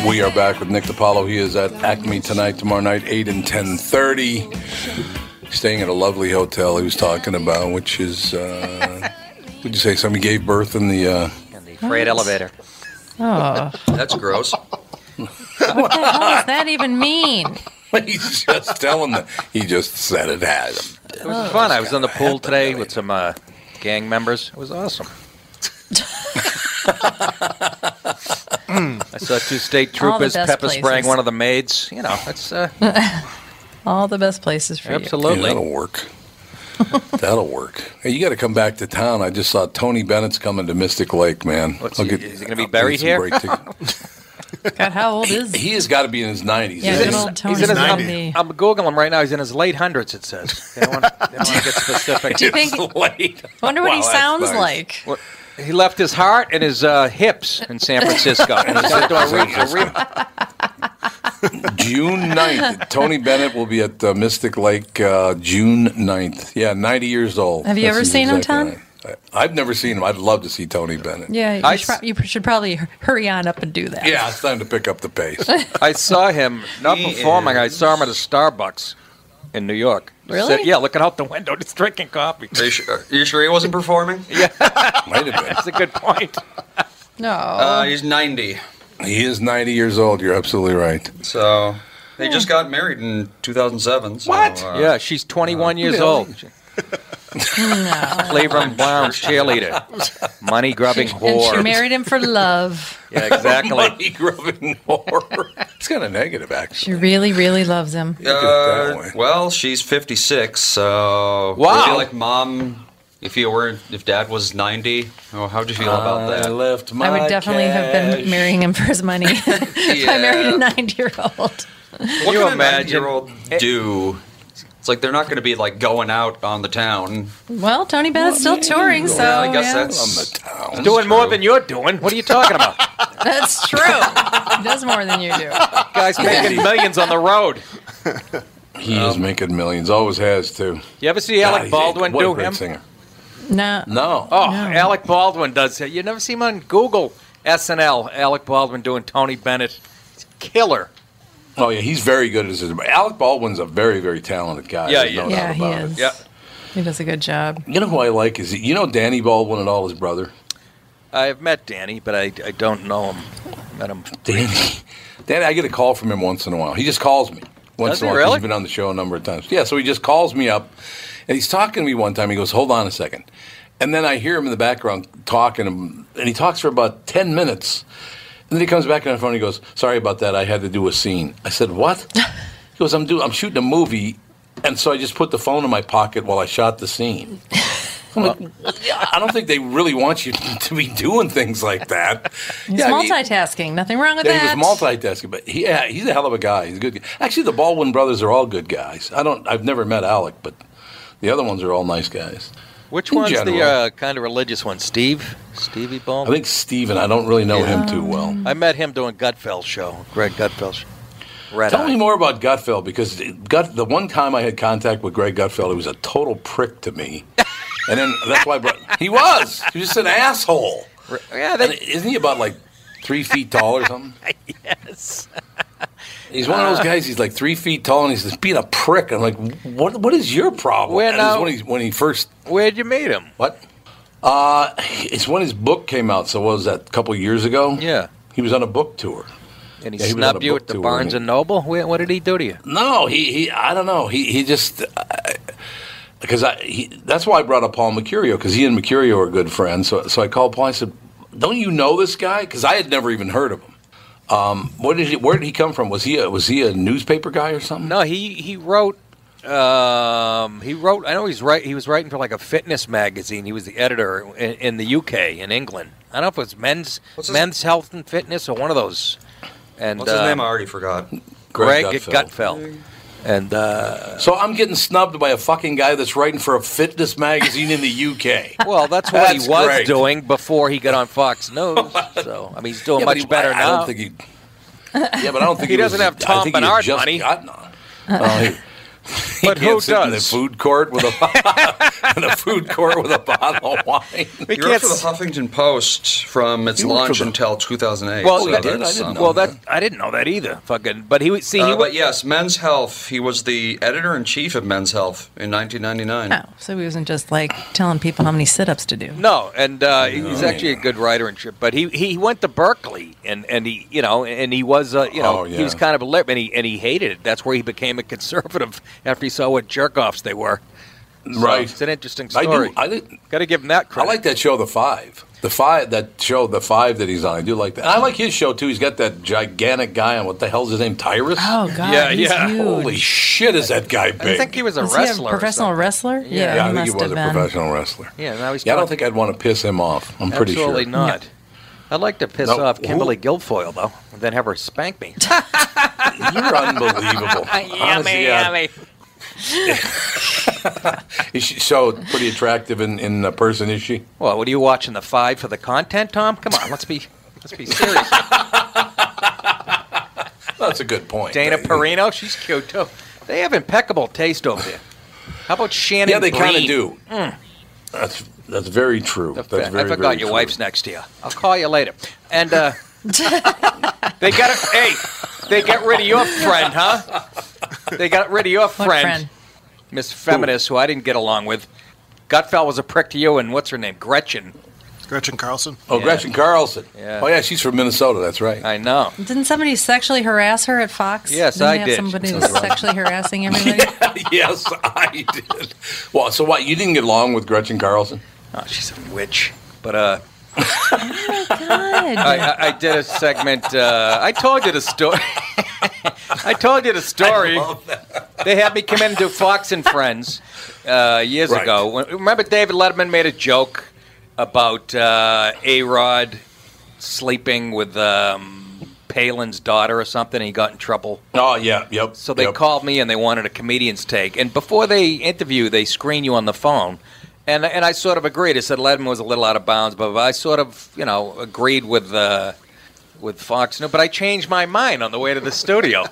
we are back with Nick DiPaolo. He is at Acme tonight, tomorrow night, 8 and 10.30. Staying at a lovely hotel he was talking about, which is, uh, would you say somebody gave birth in the... Uh, Freight elevator. Oh. That's gross. What the hell does that even mean? <laughs> <laughs> He's just telling them. He just said it has. It was fun. I was in the pool today with some uh, gang members. It was <clears throat> awesome. I saw two state All the troopers best pepper spraying places. one of the maids. You know, it's uh, All the best places for Yeah, you. that'll work. that'll work. Hey, you got to come back to town. I just saw Tony Bennett's coming to Mystic Lake, man. What's he- is he gonna be buried here? <laughs> God, how old is he? Has got to be in his nineties. Yeah, good old Tony his, I'm, would be- I'm googling him right now. He's in his late hundreds. It says they don't want, they don't want to get <laughs> specific. Do you think- late. <laughs> Wonder what he sounds like. Well, he left his heart and his uh, hips in San Francisco. <laughs> And he's gonna do a re- a re- June 9th. Tony Bennett will be at uh, Mystic Lake uh, June 9th. Yeah, 90 years old. Have you That's ever his seen him, exact Tom? name. I, I've never seen him. I'd love to see Tony Bennett. Yeah, you, I should, prob- you should probably hurry on up and do that. Yeah, it's time to pick up the pace. <laughs> I saw him not performing. I saw him at a Starbucks in New York. Really? Sit- yeah, looking out the window, just drinking coffee. Are you sure, are you sure he wasn't performing? <laughs> Yeah. Might have been. That's a good point. No. Uh, he's 90. He is 90 years old. You're absolutely right. So they just got married in 2007. So, What? uh, yeah, she's 21 years Really? old. <laughs> <laughs> Cleveland Browns cheerleader. Money grubbing And whore. she married him for love. yeah, exactly. <laughs> Money grubbing whore. it's kind of negative, actually. She really, really loves him. Uh, well, she's 56, so wow. I feel like mom. If you were, if dad was 90, oh, how'd you feel about that? I left I would definitely have been marrying him for his money. if I married a 90 year old. What can you imagine? Old do it's like they're not going to be like going out on the town. Well, Tony Bennett's still touring, so. yeah, I guess yeah. that's He's doing more than you're doing. What are you talking about? That's true. He does more than you do. Guys making millions on the road. He is making millions. Always has, too. You ever see God, Alec he's a- Baldwin what a do great him? singer. Uh, No. No. Oh, Alec Baldwin does it. You never see him on Google SNL. Alec Baldwin doing Tony Bennett. It's killer. Oh, yeah. He's very good at his. Alec Baldwin's a very, very talented guy. Yeah, There's yeah. no Yeah, doubt he about it. is. He does a good job. You know who I like is you know Danny Baldwin and all his brother. I've met Danny, but I, I don't know him. Met him. <laughs> Danny, Danny, I get a call from him once in a while. He just calls me once Does in a he while. 'cause really? He's been on the show a number of times. Yeah, so he just calls me up, and he's talking to me one time. He goes, "Hold on a second. and then I hear him in the background talking, and he talks for about ten minutes, and then he comes back on the phone. and He goes, "Sorry about that. I had to do a scene." I said, <laughs> "What?" he goes, "I'm do I'm shooting a movie." And so I just put the phone in my pocket while I shot the scene. I'm like, I don't think they really want you <laughs> to be doing things like that. He's Yeah, I mean- multitasking. Nothing wrong with yeah, that. he was multitasking, but he, yeah, he's a hell of a guy. He's a good. Guy. Actually, the Baldwin brothers are all good guys. I don't. I've never met Alec, but the other ones are all nice guys. Which In one's the general. uh, kind of religious one? Steve? Stevie I Baldwin? think Steven, I don't really know him too well. I met him doing Gutfeld show, Greg Gutfeld show. Red Tell Eye. me more about Gutfeld because it- Gut, the one time I had contact with Greg Gutfeld, he was a total prick to me, and then that's why I brought, he was. He was just an asshole. Yeah, And isn't he about like three feet tall or something? <laughs> yes. <laughs> <laughs> He's one of Uh, those guys. He's like three feet tall, and he's just being a prick. I'm like, what? What is your problem? Where And it's now- When he, when he first. Where'd you meet him? What? Uh, it's when his book came out. So what was that? A couple years ago. Yeah. He was on a book tour. And he Yeah, he was on snubbed a you book at the tour, Barnes and and Noble? Where, what did he do to you? No, he, he I don't know. He he just because I he, that's why I brought up Paul Mercurio because he and Mercurio are good friends. So so I called Paul. I said, "Don't you know this guy?" Because I had never even heard of him. Um, what did he, where did he come from? Was he a, was he a newspaper guy or something? No, he he wrote. Um, he wrote. I know he's right. He was writing for like a fitness magazine. He was the editor in, in the UK in England. I don't know if it was men's What's his- men's health and fitness or one of those. And What's his uh, name? I already forgot. Greg, Greg Gutfeld. Gutfeld. And uh, so I'm getting snubbed by a fucking guy that's writing for a fitness magazine in the UK. Well, that's what That's he was great. doing before he got on <laughs> Fox News. so I mean, he's doing Yeah, but much he- better I- I now. don't think he. Yeah, but I don't think he, was- doesn't have I Tom think he had Bernard just money. <laughs> gotten on. Oh, he- But who can't sit in the does? food court with a <laughs> in a food court with a bottle of wine. he worked for the Huffington Post from its You worked for launch the- until 2008. Well, so that- that's something. well, that I didn't know that either. Fucking, but he would see. he Uh, would, but yes, Men's Health. He was the editor in chief of Men's Health in 1999. Oh, so he wasn't just like telling people how many sit ups to do. No, and uh, he's actually a good writer and shit. But he, he went to Berkeley, and, and he you know and he was uh, you know Oh, yeah. he was kind of a lip, and he and he hated it. That's where he became a <laughs> conservative after he saw what jerk offs they were. So Right. it's an interesting I do- story. I Got to give him that credit. I like that show, The Five. The five that show, the five that he's on. I do like that. And I like his show too. He's got that gigantic guy on what the hell's his name? Tyrus. Oh, God, Yeah, he's yeah. huge. Holy shit, is that guy big? Was he professional wrestler? Yeah, Yeah, he I think must he was have a been. professional wrestler. Yeah, now he's yeah, I don't gone. think I'd want to piss him off. I'm pretty Absolutely sure. not. I'd like to piss No. off Kimberly Who? Guilfoyle though, and then have her spank me. <laughs> You're unbelievable. Honestly, yeah. Is she so pretty attractive in, in a person? Is she? Well, what are you watching the five for the content, Tom? Come on, let's be let's be <laughs> serious. That's a good point. Dana Perino, she's cute too. They have impeccable taste over there. How about Shannon? Yeah, they kinda Bream? do. Mm. That's that's very true. That's very, I forgot very your true. wife's next to you. I'll call you later. And uh, they got it. Hey, they got rid of your friend, huh? They got rid of your friend, friend? Miss Feminist, who I didn't get along with. Gutfeld was a prick to you, and what's her name? Gretchen. Gretchen Carlson. Oh, Yeah. Gretchen Carlson. Yeah. Oh, yeah, she's from Minnesota. That's right. I know. Didn't somebody sexually harass her at Fox? Yes, Didn't I they have did. Somebody Sounds was right. sexually harassing everybody. <laughs> yes, I did. Well, so what? You didn't get along with Gretchen Carlson? Oh, she's a witch. But uh, God. I, I, I did a segment. Uh, I told you the <laughs> story. I <laughs> told you the story. They had me come in and do Fox and Friends uh, years Right. ago. When, remember, David Letterman made a joke about uh, A Rod sleeping with um, Palin's daughter or something, and he got in trouble. Oh yeah, yep. So they called me and they wanted a comedian's take. And before they interview, they screen you on the phone. And and I sort of agreed. I said Letterman was a little out of bounds, but I sort of you know agreed with uh, with Fox News. But I changed my mind on the way to <laughs> the studio.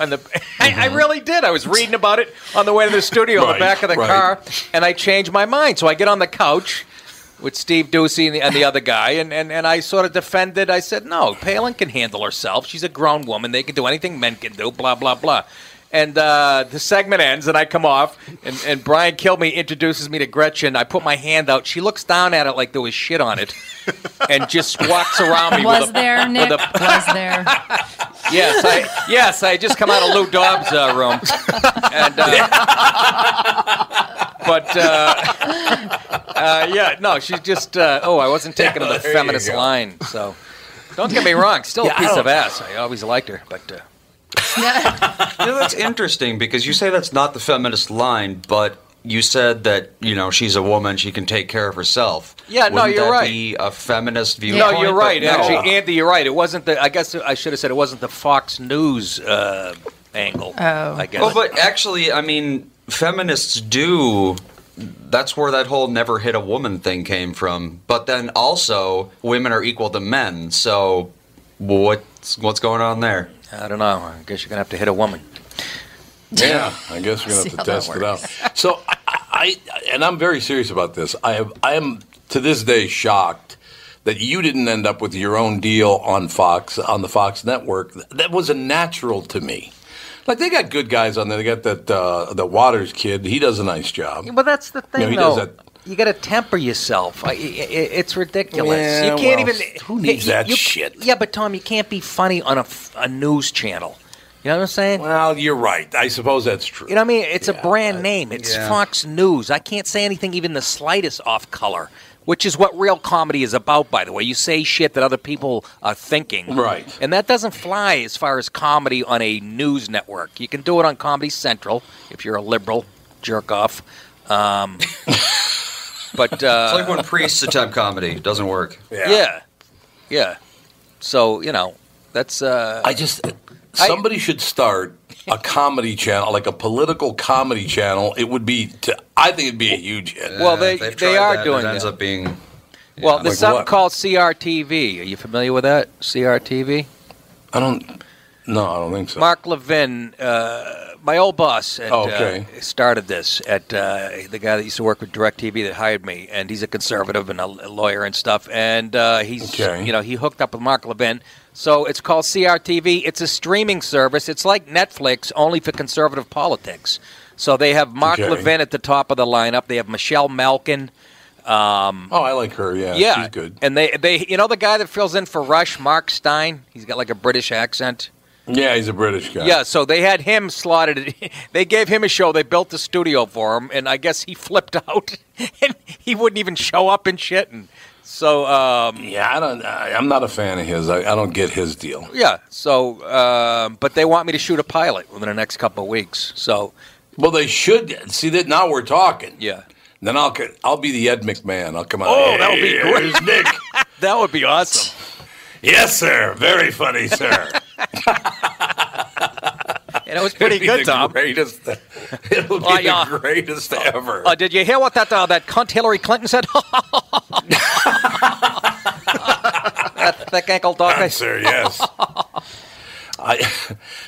On the, I, I really did. I was reading about it on the way to the studio on the Mm-hmm. Right, back of the right. car, and I changed my mind. So I get on the couch with Steve Ducey and the, and the other guy, and, and, and I sort of defended. I said, no, Palin can handle herself. She's a grown woman. They can do anything men can do, blah, blah, blah. And uh, the segment ends, and I come off, and, and Brian Kilme introduces me to Gretchen. I put my hand out. She looks down at it like there was shit on it and just walks around me was with a, there, with Nick? a- was there? Yes, I, yes, I just come out of Lou Dobbs' uh, room, and uh, but uh, uh, yeah, no, she's just. Uh, oh, I wasn't taking Yeah, the there you feminist go. line, so don't get me wrong. Still Yeah, a I piece of don't- ass. I always liked her, but uh, You know, that's interesting because you say that's not the feminist line, but you said that you know she's a woman, she can take care of herself. Yeah, no, Wouldn't you're that right. Be a feminist view. no, you're right. Actually, Andy, you're right. It wasn't the. I guess I should have said it wasn't the Fox News uh, angle. Oh. I guess. Well, but actually, I mean, feminists do. That's where that whole "never hit a woman" thing came from. But then also, women are equal to men. So, what's what's going on there? I don't know. I guess you're gonna have to hit a woman. Yeah, I guess we're See gonna have how to that test it out. <laughs> So I, I and I'm very serious about this. I have I am to this day shocked that you didn't end up with your own deal on Fox on the Fox network. That was a natural to me. Like they got good guys on there. They got that uh, the Waters kid. He does a nice job. But that's the thing, No, he does though. that. You got to temper yourself. I, i i it's ridiculous. Yeah, you can't well, even. who needs you- that you- shit? Yeah, but Tom, you can't be funny on a, f- a news channel. You know what I'm saying? Well, you're right. I suppose that's true. You know what I mean? It's a brand name. It's yeah. Fox News. I can't say anything even the slightest off color, which is what real comedy is about, by the way. You say shit that other people are thinking. Right. And that doesn't fly as far as comedy on a news network. You can do it on Comedy Central if you're a liberal jerk off. Um, <laughs> but uh, It's like when priests attempt comedy; it doesn't work. yeah. yeah, So you know, that's. Uh, I just somebody should start a <laughs> comedy channel, like a political comedy channel. It would be, to, I think, it'd be a huge hit. Well, they- they've they tried are that, and it doing ends that. up being well, Yeah. there's Like something what? called CRTV. Are you familiar with that? CRTV. I don't. No, I don't think so. Oh, Mark Levin, uh, my old boss, at, Okay. uh, started this at uh, the guy that used to work with DirecTV that hired me, and he's a conservative and a a lawyer and stuff. And uh, he's, Okay. you know, he hooked up with Mark Levin. So it's called CRTV. It's a streaming service. It's like Netflix, only for conservative politics. So they have Mark Okay. Levin at the top of the lineup. They have Michelle Malkin. Um, oh, I like her. Yeah, yeah, she's good. And they, they, you know, the guy that fills in for Rush, Mark Stein. He's got like a British accent. Yeah, he's a British guy. Yeah, so they had him slotted. <laughs> They gave him a show. They built the studio for him, and I guess he flipped <laughs> out, and he wouldn't even show up and shit. And so, um, yeah, I don't. I, I'm not a fan of his. I, I don't get his deal. yeah, so, um, but they want me to shoot a pilot within the next couple of weeks. So, well, they should see that now we're talking. Yeah. Then I'll c- I'll be the Ed McMahon. I'll come out. Oh, that would be "Hey, great." here's Nick. <laughs> that would be awesome. Yes, sir. Very funny, <laughs> sir. And it was pretty It'd be good, the Tom. Greatest. It'll be Oh, the yeah. greatest ever. Uh, did you hear what that uh, that cunt Hillary <laughs> Clinton said? <laughs> that thick ankle dog. Yes, sir. Yes. <laughs> I,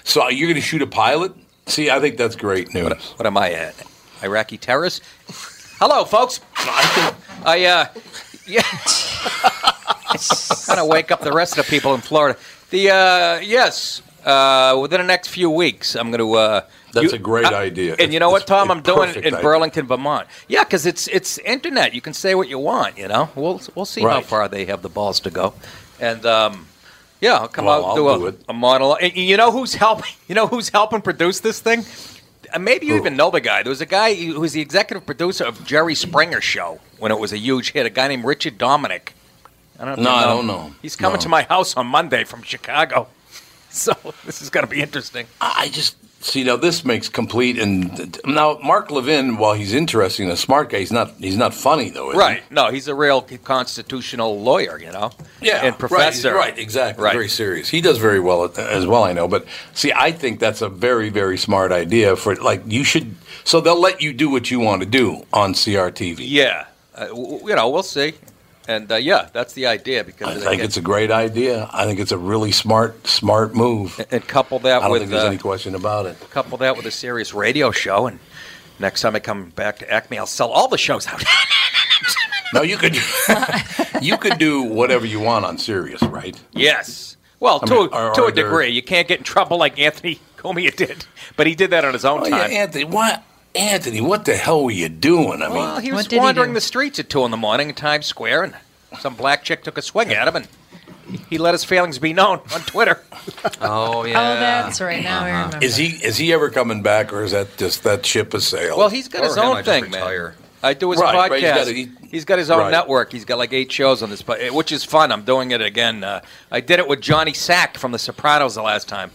so you're going to shoot a pilot? See, I think that's great news. What, am I at? Iraqi terrorists? Hello, folks. I uh, yeah, kind of wake up the rest of the people in Florida. The uh, yes, uh, within the next few weeks, I'm going to. Uh, That's a great I- idea. And you know what, Tom? I'm doing it perfect in idea. Burlington, Vermont. Yeah, because it's it's internet. You can say what you want. You know, we'll we'll see how Right. far they have the balls to go. And um, yeah, I'll come Well, out I'll do, a, do it. a monologue. And you know who's helping? <laughs> You know who's helping produce this thing? Uh, Maybe you even know the guy. There was a guy who was the executive producer of Jerry Springer Show when it was a huge hit. A guy named Richard Dominic. I don't No, if you I don't know him. He's coming No. to my house on Monday from Chicago. <laughs> So this is going to be interesting. I just see now. This makes complete and now Mark Levin, while he's interesting, and a smart guy, he's not. He's not funny though, is he? Right. No, he's a real constitutional lawyer, you know? Yeah, And professor. Right, right exactly. Very serious. He does very well at, as well, I know. But see, I think that's a very, very smart idea for like you should. So they'll let you do what you want to do on CRTV. Yeah. Uh, w- w- you know, we'll see. And uh, yeah, that's the idea because I they think get- it's a great idea. I think it's a really smart, smart move. And couple that I don't with, think there's uh, any question about it. couple that with a serious radio show, and next time I come back to Acme, I'll sell all the shows out. No, you could you could do whatever you want on Sirius, right? yes. Well, I to, mean, are- to are a there- degree, you can't get in trouble like Anthony Comey did, but he did that on his own Oh, yeah, time. Anthony, what? Anthony, what the hell were you doing? I mean, Well, he was wandering the streets at two in the morning in Times Square, and some black chick took a swing at him, and he let his failings be known on Twitter. oh yeah. Oh, that's right. Now I remember. Is he is he ever coming back, or is that just that ship has sailed? Well, he's got his own thing, man. I do his Right, podcast. right, he's gotta- he- he's got his own Right. network. He's got like eight shows on this, po- eh, which is fun. I'm doing it again. Uh, I did it with Johnny Sack from The Sopranos the last <laughs> time.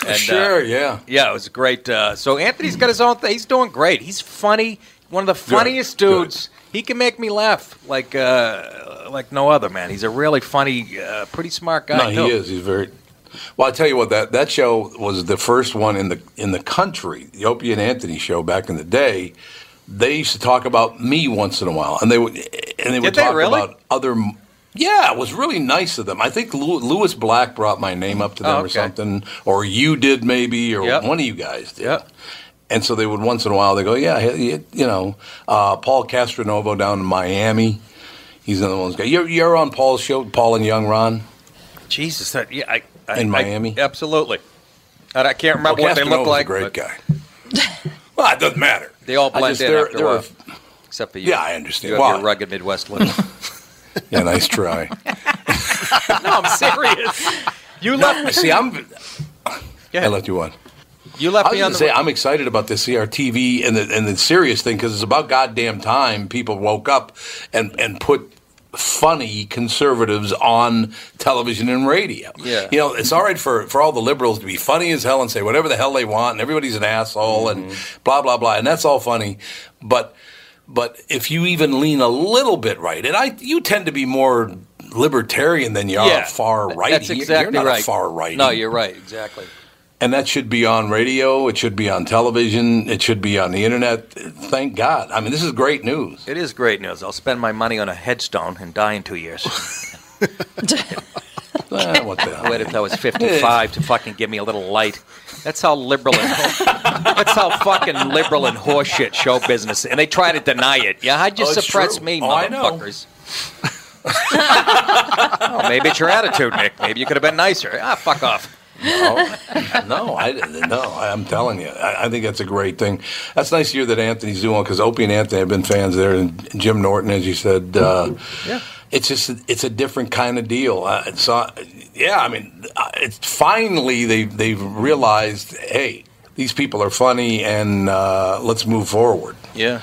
And, uh, Sure, yeah. yeah, it was great. Uh, so Anthony's got his own thing. He's doing great. He's funny. One of the funniest dudes. He can make me laugh like uh, like no other man. He's a really funny, uh, pretty smart guy. No, he too. is. He's very. Well, I tell you what that that show was the first one in the in the country, the Opie and Anthony show back in the day. They used to talk about me once in a while, and they would and they would Did they talk really? about other. Yeah, it was really nice of them. I think Lew- Lewis Black brought my name up to them Oh, or okay. something, or you did maybe, or Yep. one of you guys did. Yeah. And so they would once in a while they go, yeah, he- he- you know, uh, Paul Castronovo down in Miami, he's another one. You're you're on Paul's show, Paul and Young Ron. Jesus, that, yeah, I, I, In I- Miami? absolutely. And I can't remember Well, what they look Castanova's like. A great but guy. well, it doesn't matter. They all I blend just- in they're- after they're a a while, f- except for you. Yeah, I understand. You have Why? your rugged <laughs> Midwest look. Yeah, nice <laughs> try. no, <laughs> I'm serious. You left. See, I'm. Yeah. I left you on. You I left was me on going to the. say I'm excited about this CRTV and the and the serious thing because it's about goddamn time people woke up and and put funny conservatives on television and radio. Yeah. You know, it's all right for, for all the liberals to be funny as hell and say whatever the hell they want and everybody's an asshole Mm-hmm. and blah blah blah and that's all funny. But but if you even lean a little bit right, and I you tend to be more libertarian than you Yeah. are far right. That's you're exactly not right. far right. No, you're right. Exactly. And that should be on radio. It should be on television. It should be on the internet. Thank God. I mean, this is great news. It is <laughs> great news. I'll spend my money on a headstone and die in two years. <laughs> Ah, what the hell? Waited till I was 55 to fucking give me a little light. That's how liberal and that's how fucking liberal and horseshit show business. is. And they try to deny it. Yeah, how'd you Oh, it's suppress true. me, Oh, I know. motherfuckers? <laughs> oh, maybe it's your attitude, Nick. Maybe you could have been nicer. Ah, fuck off. Oh. no, I didn't. No, I'm telling you, I, I think that's a great thing. That's nice to hear that Anthony's doing because Opie and Anthony have been fans there, and Jim Norton, as you said. Uh, Yeah. It's just it's a different kind of deal. Uh, so yeah, I mean, uh, it's finally they they've realized, hey, these people are funny, and uh, let's move forward. Yeah.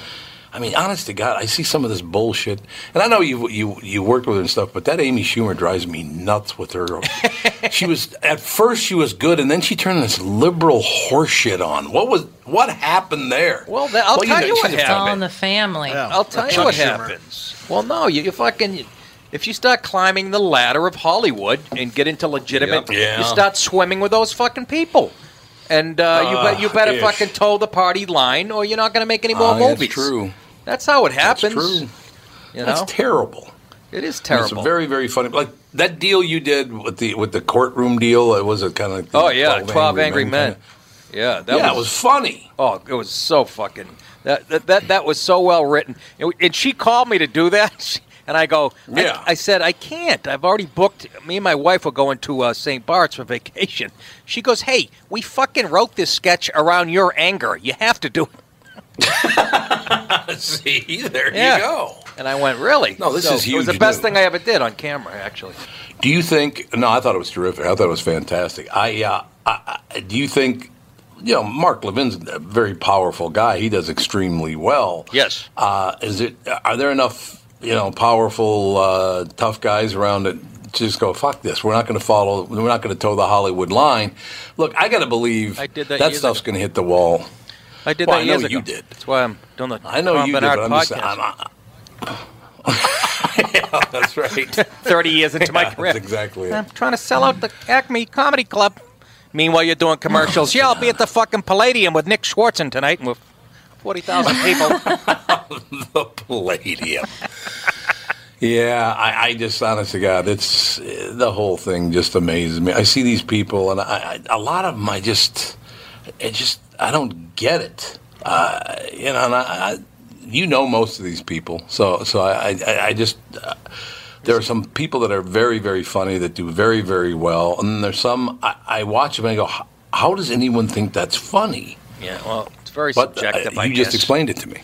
I mean, honest to God, I see some of this bullshit, and I know you you you worked with her and stuff, but that Amy Schumer drives me nuts with <laughs> her. she was at first she was good, and then she turned this liberal horseshit on. What was what happened there? Well, then I'll tell know, you what she's a- It's all in happened. the family. I'll tell you what happens. Well, no, you, you fucking. If you start climbing the ladder of Hollywood and get into Yep. legitimate, Yeah. you start swimming with those fucking people. And uh, you, Ah, be, you better ish. fucking toe the party line, or you're not going to make any more Ah, movies. That's true. That's how it happens. true. You know? That's terrible. It is I mean, terrible. It's very very funny. Like that deal you did with the with the courtroom deal. It was a kind of oh yeah, Twelve Angry, Men. Yeah, that Yeah, it was, was funny. Oh, it was so fucking that that that, that was so well written. And we- and she called me to do that, <laughs> and I go, I- Yeah. I, said I can't. I've already booked. Me and my wife are going to uh, St. Bart's for vacation. <laughs> She goes, Hey, we fucking wrote this sketch around your anger. You have to do it. <laughs> See, <laughs> there Yeah. you go. And I went, Really? No, this So is It was the huge best news. thing I ever did on camera, actually. Do you think? No, I thought it was terrific. I thought it was fantastic. I, uh, I, I do you think? You know, Mark Levin's a very powerful guy. He does extremely well. Yes. Uh, is it? Are there enough? You know, powerful, uh, tough guys around that just go fuck this. We're not going to follow. We're not going to toe the Hollywood line. Look, I got to believe I did that years stuff's going to hit the wall. I did Well, that I know years ago. you did. That's why I'm doing the I know Tom you did, Bernard but I'm podcast. just saying- I'm- yeah, <laughs> that's right. <laughs> Thirty years into my Yeah, career, That's exactly it. I'm trying to sell out the Acme Comedy Club. Meanwhile, you're doing commercials. Yeah, I'll be at the fucking Palladium with Nick Schwartzen tonight and with 40,000 people. <laughs> the Palladium. yeah, I, I just, honest to God, it's the whole thing just amazes me. I see these people, and I, I, a lot of them, I just, it just, I don't get it. Uh, you know, and I, I, you know most of these people, so so I, I, I just. Uh, there are some people that are very, very funny that do very, very well, and then there's some I, I watch them and I go, "How- "How does anyone think that's funny?" <laughs> yeah, well, it's very But uh, subjective, I you guess. just explained it to me.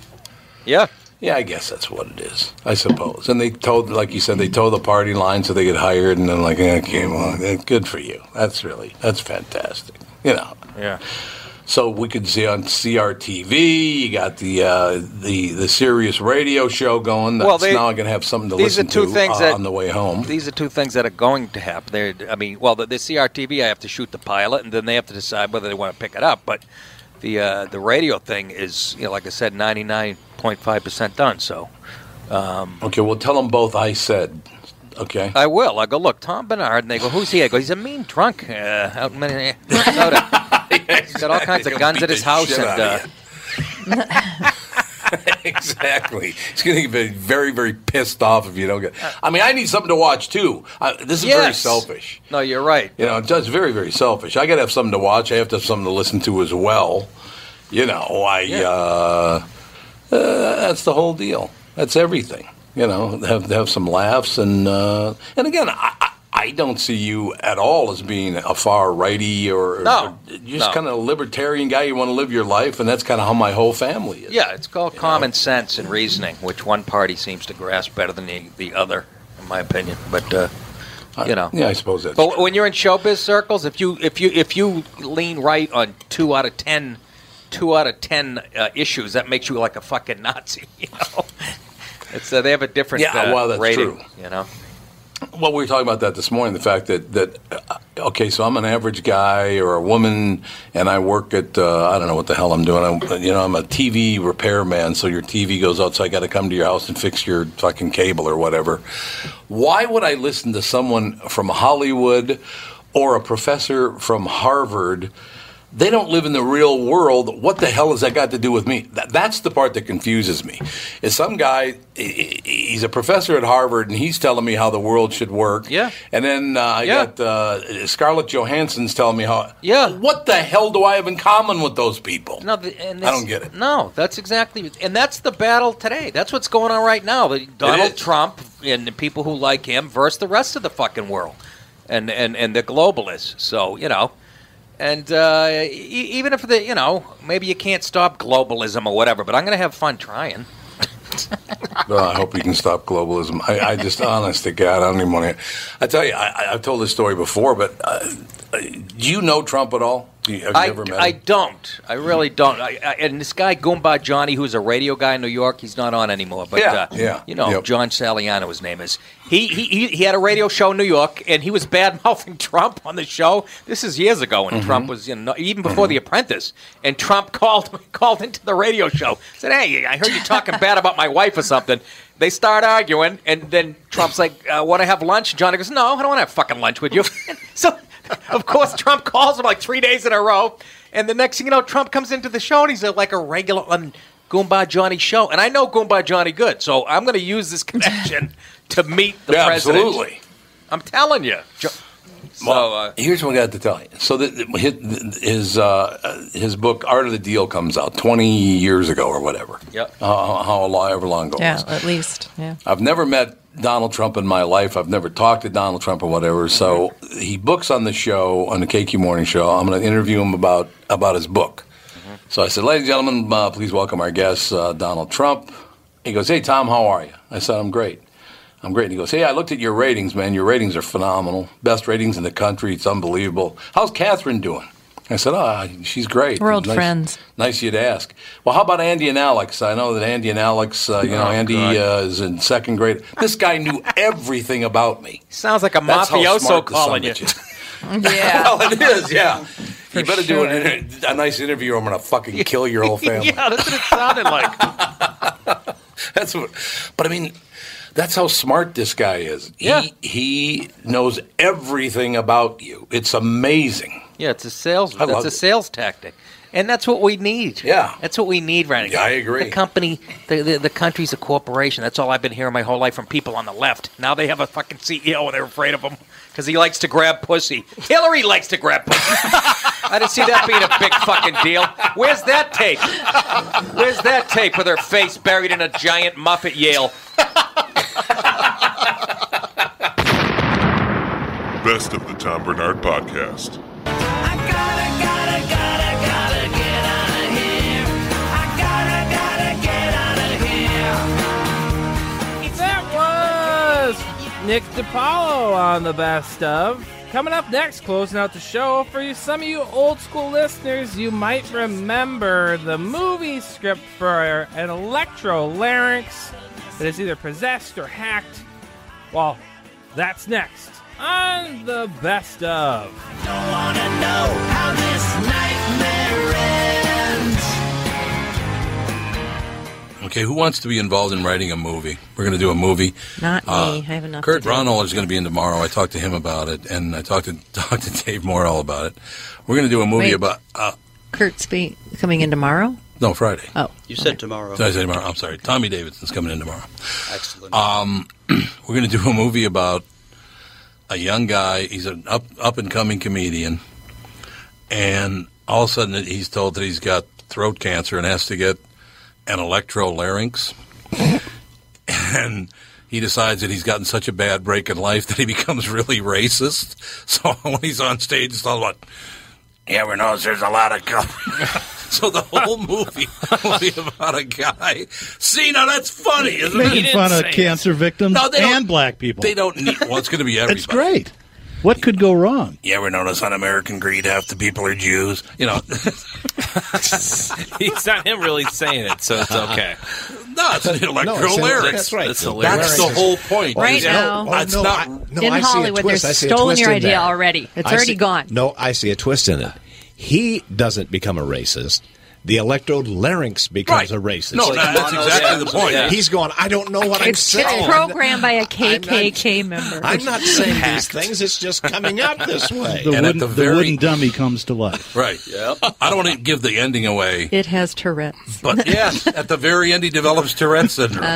yeah. Yeah, I guess that's what it is. I suppose. And they told, like you said, they told the party line so they get hired, and then like, okay, well, eh, good for you. That's really that's fantastic. You know. Yeah. So we could see on CRTV. You got the uh, the the serious radio show going. That's Well, they- now going to have something to these are listen two to things uh, that- on the way home. These are two things that are going to happen. They're, I mean, well, the, the CRTV, I have to shoot the pilot, and then they have to decide whether they want to pick it up. But the uh, the radio thing is, you know, like I said, 99.5% done. So um, Okay, well, tell them both. I said, okay. I will. I go, look, Tom Bernard, and they go, who's he? I go, he's a mean drunk uh, out in <laughs> Minnesota. <laughs> He's got all kinds of He'll guns beat at his the house, shit and out of uh, <laughs> exactly. He's going to get very, very pissed off if you don't get. I mean, I need something to watch too. I, this is very Yes. selfish. no, you're right. You know, it's just very, very selfish. I got to have something to watch. I have to have something to listen to as well. You know, I. Uh, uh, that's the whole deal. That's everything. You know, have have some laughs and uh, and again, I, I I don't see you at all as being a far righty or, No. or- you're just No. kind of a libertarian guy. You want to live your life, and that's kind of how my whole family is. Yeah, it's called common sense and reasoning, which one party seems to grasp better than the, the other, in my opinion. But uh, you know, Yeah, I suppose that's. but when you're in showbiz circles, if you if you if you lean right on two out of ten, two out of ten uh, issues, that makes you like a fucking Nazi. <laughs> You know, it's uh, they have a different Yeah, uh, well, that's rating. true. You know, Well, we were talking about that this morning. The fact that that uh, okay, so I'm an average guy or a woman, and I work at uh, I don't know what the hell I'm doing. I'm, you know, I'm a TV repairman, so your TV goes out, so I got to come to your house and fix your fucking cable or whatever. Why would I listen to someone from Hollywood or a professor from Harvard? They don't live in the real world. What the hell has that got to do with me? That, that's the part that confuses me. Is some guy, he- he- he's a professor at Harvard, and he's telling me how the world should work. Yeah. And then uh, I Yeah. got uh, Scarlett Johansson's telling me how. Yeah. What the hell do I have in common with those <laughs> people? No, the, and I this- don't get it. No, that's exactly, and that's the battle today. That's what's going on right now. The- Donald Trump and the people who like him versus the rest of the fucking world, and and and the globalists. So you know, and uh, e- even if the you know maybe you can't stop globalism or whatever, but I'm going to have fun trying. Well, I hope you can stop globalism. I, I just, honest to God, I don't even want to. I tell you, I, I- I've told this story before, but uh, uh, do you know Trump at all? Do you, have you I, ever met I him? don't. I really don't. I, I, and this guy Goomba Johnny, who's a radio guy in New York, he's not on anymore. But Yeah, uh, yeah, you know, yep. John Saliano, his name is. He, he he he had a radio show in New York, and he was <laughs> bad mouthing Trump on the show. This is years ago Mm-hmm. when Trump was in, even before The Apprentice, and Trump <laughs> called called into the radio show, said, "Hey, I heard you talking bad about my wife or something." They start arguing, and then Trump's like, uh, "Want to have lunch?" Johnny goes, "No, I don't want to have fucking lunch with you." <laughs> so <laughs> of course, Trump calls him like three days in a row. And the next thing you know, Trump comes into the show and he's uh, like a regular on Goomba Johnny show. And I know Goomba Johnny good, so I'm going to use this connection to meet the Yeah, president. absolutely. I'm telling you. uh, Jo- Well, here's what I got to tell you. So the, the- his his, uh, uh, his book Art of the Deal comes out 20 years ago or whatever. Yep. How, how long, ever long ago. it Yeah, was. at least. Yeah. I've never met Donald Trump in my life. I've never talked to Donald Trump or whatever. So he books on the show on the KQ Morning Show. I'm going to interview him about about his book. Mm-hmm. So I said, ladies and gentlemen, uh, please welcome our guest, uh, Donald Trump. He goes, hey Tom, how are you? I said, I'm great. I'm great. And he goes, hey, I looked at your ratings, man. Your ratings are phenomenal. Best ratings in the country. It's unbelievable. How's Catherine doing? I said, ah, she's great. We're old Nice- friends. Nice of you to ask. Well, how about Andy and Alex? I know that Andy and Alex, uh, you know, Oh, Andy God. uh, is in second grade. This guy <laughs> knew everything about me. Sounds like a That's how mafioso smart the son calling you. of a- <laughs> well, it is, yeah. you better do an inter- a nice interview or I'm going to fucking kill your whole family. <laughs> <laughs> yeah, that's what it sounded like. That's what. But I mean, that's how smart this guy is. Yeah. He, he knows everything about you. It's amazing. Yeah, it's a sales. I love That's a it. sales tactic, and that's what we need. Yeah, that's what we need right now. Yeah, I agree. The company, the, the the country's a corporation. That's all I've been hearing my whole life from people on the left. Now they have a fucking CEO, and they're afraid of him because he likes to grab pussy. Hillary likes to grab pussy. <laughs> I didn't see that being a big fucking deal. Where's that tape? Where's that tape with her face buried in a giant muff at Yale? <laughs> Best of the Tom Bernard Podcast. That was Nick DiPaolo on the best of. Coming up next, closing out the show for you, some of you old school listeners, you might remember the movie script for an electrolarynx that is either possessed or hacked. Well, that's next on the best of. Okay, who wants to be involved in writing a movie? We're going to do a movie. Not Uh, me. I have enough. Kurt to do. Ronald is going to be in tomorrow. I talked to him about it, and I talked to <laughs> talked to Dave Morrell about it. We're going to do a movie Wait. about uh, Kurt's be coming in tomorrow. no Friday. Oh, You said tomorrow. Did I say tomorrow? I'm sorry. Tommy Davidson's coming in tomorrow. Excellent. Um, <clears throat> we're going to do a movie about a young guy. He's an up up and coming comedian, and all of a sudden he's told that he's got throat cancer and has to get an electrolarynx. <laughs> and he decides that he's gotten such a bad break in life that he <laughs> becomes really racist. <laughs> So when he's on stage, it's all about. You ever notice there's a lot of <laughs> cover. so the whole movie will be about a guy. See, now that's funny, isn't it? Making fun of cancer victims No, they don't- and black people. They don't need. Well, it's going to be everybody. <laughs> It's great. What could go wrong? You ever notice on American Greed half the people are Jews? <laughs> You know, it's not him really saying it, so it's okay. <laughs> no, it's an electrolarynx. That's right. That's That's hilarious. the whole point. Right Is that- now. Well, that's no, not. I- no, In I see a Hollywood, twist. they're I see a stolen twist your in idea there. already. It's I already see- gone. No, I see a twist in it. He doesn't become a racist. the electrolarynx becomes Right. a racist. No, that- that's exactly the point. Yeah. He's going, I don't know what I'm It's, it's saying. programmed by a KKK member. I'm not saying these things. It's just coming up this way. The, And at wooden, the the, very- wooden dummy comes <laughs> to life. Right. Yep. I don't want to give the ending away, It has Tourette's. but yes, at the very end, he develops Tourette's syndrome. <laughs>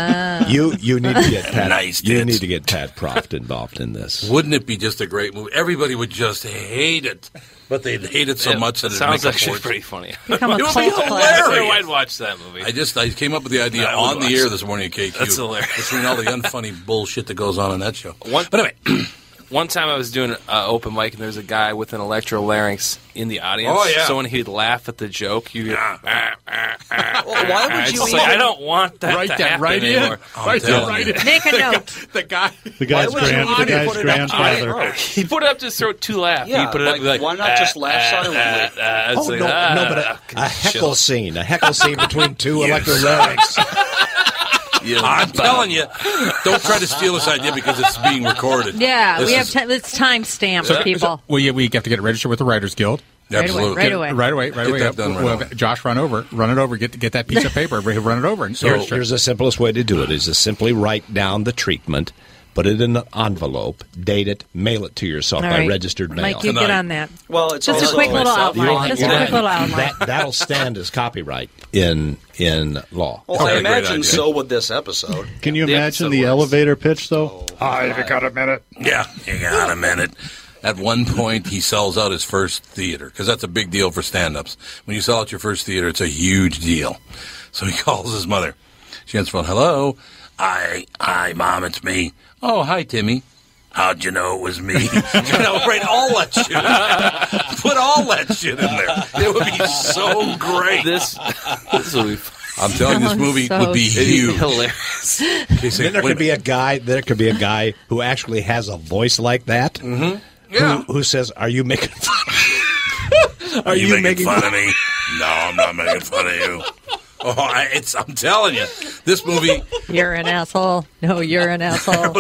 You you need to <laughs> get Pat. Nice you tits. need to get Pat Proft involved <laughs> in this. Wouldn't it be just a great movie? Everybody would just hate it, but they'd hate it so It much that it'd sounds make a actually fortune. pretty <laughs> funny. Become a it would be cult hilarious. classic. I'd watch that movie. I just I came up with the idea No, I would on the watch air that. this morning at KQ. That's hilarious. Between all the <laughs> unfunny bullshit that goes on in that show. One, but anyway, one time I was doing an uh, open mic and there's a guy with an electrolarynx in the audience. Oh, yeah. So when he'd laugh at the joke, you. "Ah, Well, why would you ah." like, I don't want that Write to that happen right in. anymore. I'm <laughs> Write that telling right you. in. Make a <laughs> The guy- note. The guy. The guy's would you grand- want the to guy's put it up to his grandfather. throat? He put it up to his throat to laugh. Yeah, he put it up, like, be like, why not just "Ah, laugh ah, silently?" ah, ah." It's Oh like, no, "Ah, no, but ah." a, a heckle scene, a heckle scene <laughs> between two electrolarynx. I'm telling you, don't try to steal this idea because it's being recorded. Yeah, This we is- have t- it's time stamped, people. well, yeah, we have to get it registered with the Writers Guild. Right away, Absolutely. right Get- away. Right away. Right Get away. that done right We'll have Josh, run over. Run it over. Get get that piece of paper. Everybody Run it over. And So register it. here's the simplest way to do it: is to simply write down the treatment, put it in an envelope, date it, mail it to yourself All by right. registered mail. Mike, you get on that. Well, it's just a also quick little myself. outline. Just a quick little outline. That, that'll stand as copyright in in law. Well, I imagine so with this episode. Can you imagine the elevator pitch, though? Oh, Hi, if you got a <laughs> minute. Yeah, you got a minute. At one point, he sells out his first theater because that's a big deal for stand ups. When you sell out your first theater, it's a huge deal. So he <laughs> calls his mother. She answers the phone, hello. Hi, hi, mom, it's me. Oh, hi, Timmy. How'd you know it was me? <laughs> you know, right? All that <laughs> shit. in there. Put all that shit in there. It would be so great. This, this would be. I'm telling you, this movie would be huge. hilarious. Then there could be a guy. There could be a guy who actually has a voice like that. Mm-hmm. Yeah. Who, who says, "Are you making <laughs> fun? Are, you, making, fun of me? No, I'm not making fun of you. <laughs> Oh, I, it's, I'm telling you, this movie. <laughs> <laughs> You're an asshole. No, you're an asshole.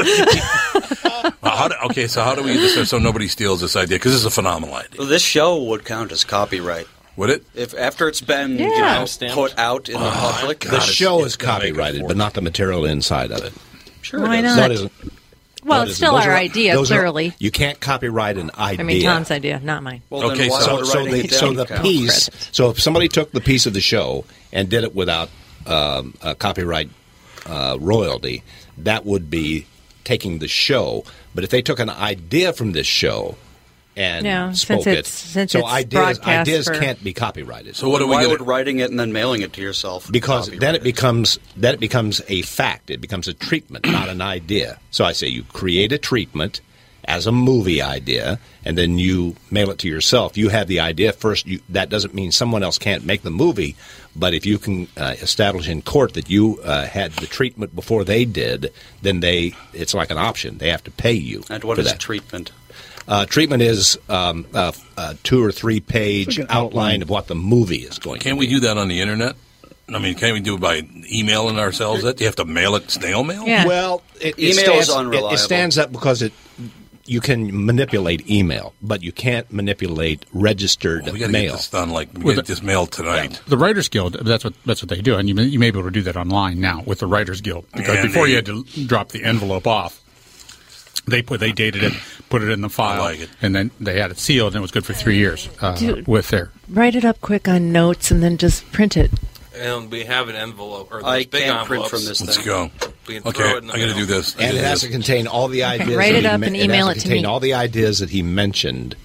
Uh, how do, okay, so how do we get this so nobody steals this idea? Because this is a phenomenal idea. Well, this show would count as copyright. Would it? Oh, If after it's been you Yeah. know, put out in the public, The show is copyrighted, but not the material inside of it. Sure, Why it not? is. No, it isn't. Well, No, it it's isn't. still Those our are- idea, those are- clearly. you can't copyright an idea. I mean, Tom's idea, not mine. Well, then okay, why so would so writing the it so down the count? piece. So if somebody took the piece of the show and did it without um, a copyright uh, royalty, that would be taking the show. But if they took an idea from this show and No, spoke since it, it's- since so it's ideas broadcast ideas for- can't be copyrighted. So what are we Why gonna- would writing it and then mailing it to yourself? because copyright? then it becomes then it becomes a fact. It becomes a treatment, not an idea. So I say you create a treatment as a movie idea, and then you mail it to yourself. You have the idea first. You, that doesn't mean someone else can't make the movie, but if you can uh, establish in court that you uh, had the treatment before they did, then they it's like an option. They have to pay you. and what for is that. treatment? Uh, treatment is um, a, a two or three page It's like an outline of what the movie is going. Can't we do that on the internet? I mean, can't we do it by emailing ourselves? That you have to mail it snail mail. Well, Email it, it is stands, it- unreliable. It, stands up because it you can manipulate email, but you can't manipulate registered We got to get mail. this done. Like we With get this mailed tonight. The Writers Guild. That's what that's what they do, and you may, you may be able to do that online now with the Writers Guild because Yeah, before they- you had to drop the envelope off. They put they dated it, put it in the file, and then they had it sealed, and it was good for three years uh, Dude. with their Write it up quick on notes and then just print it. And we have an envelope, or those I big can't print envelopes. from this Let's thing. go. We can Okay, throw it I'm in the going to mail. do this. and it has to contain all the Okay, ideas. write that it he up and men- email has it to contain me. All the ideas that he mentioned,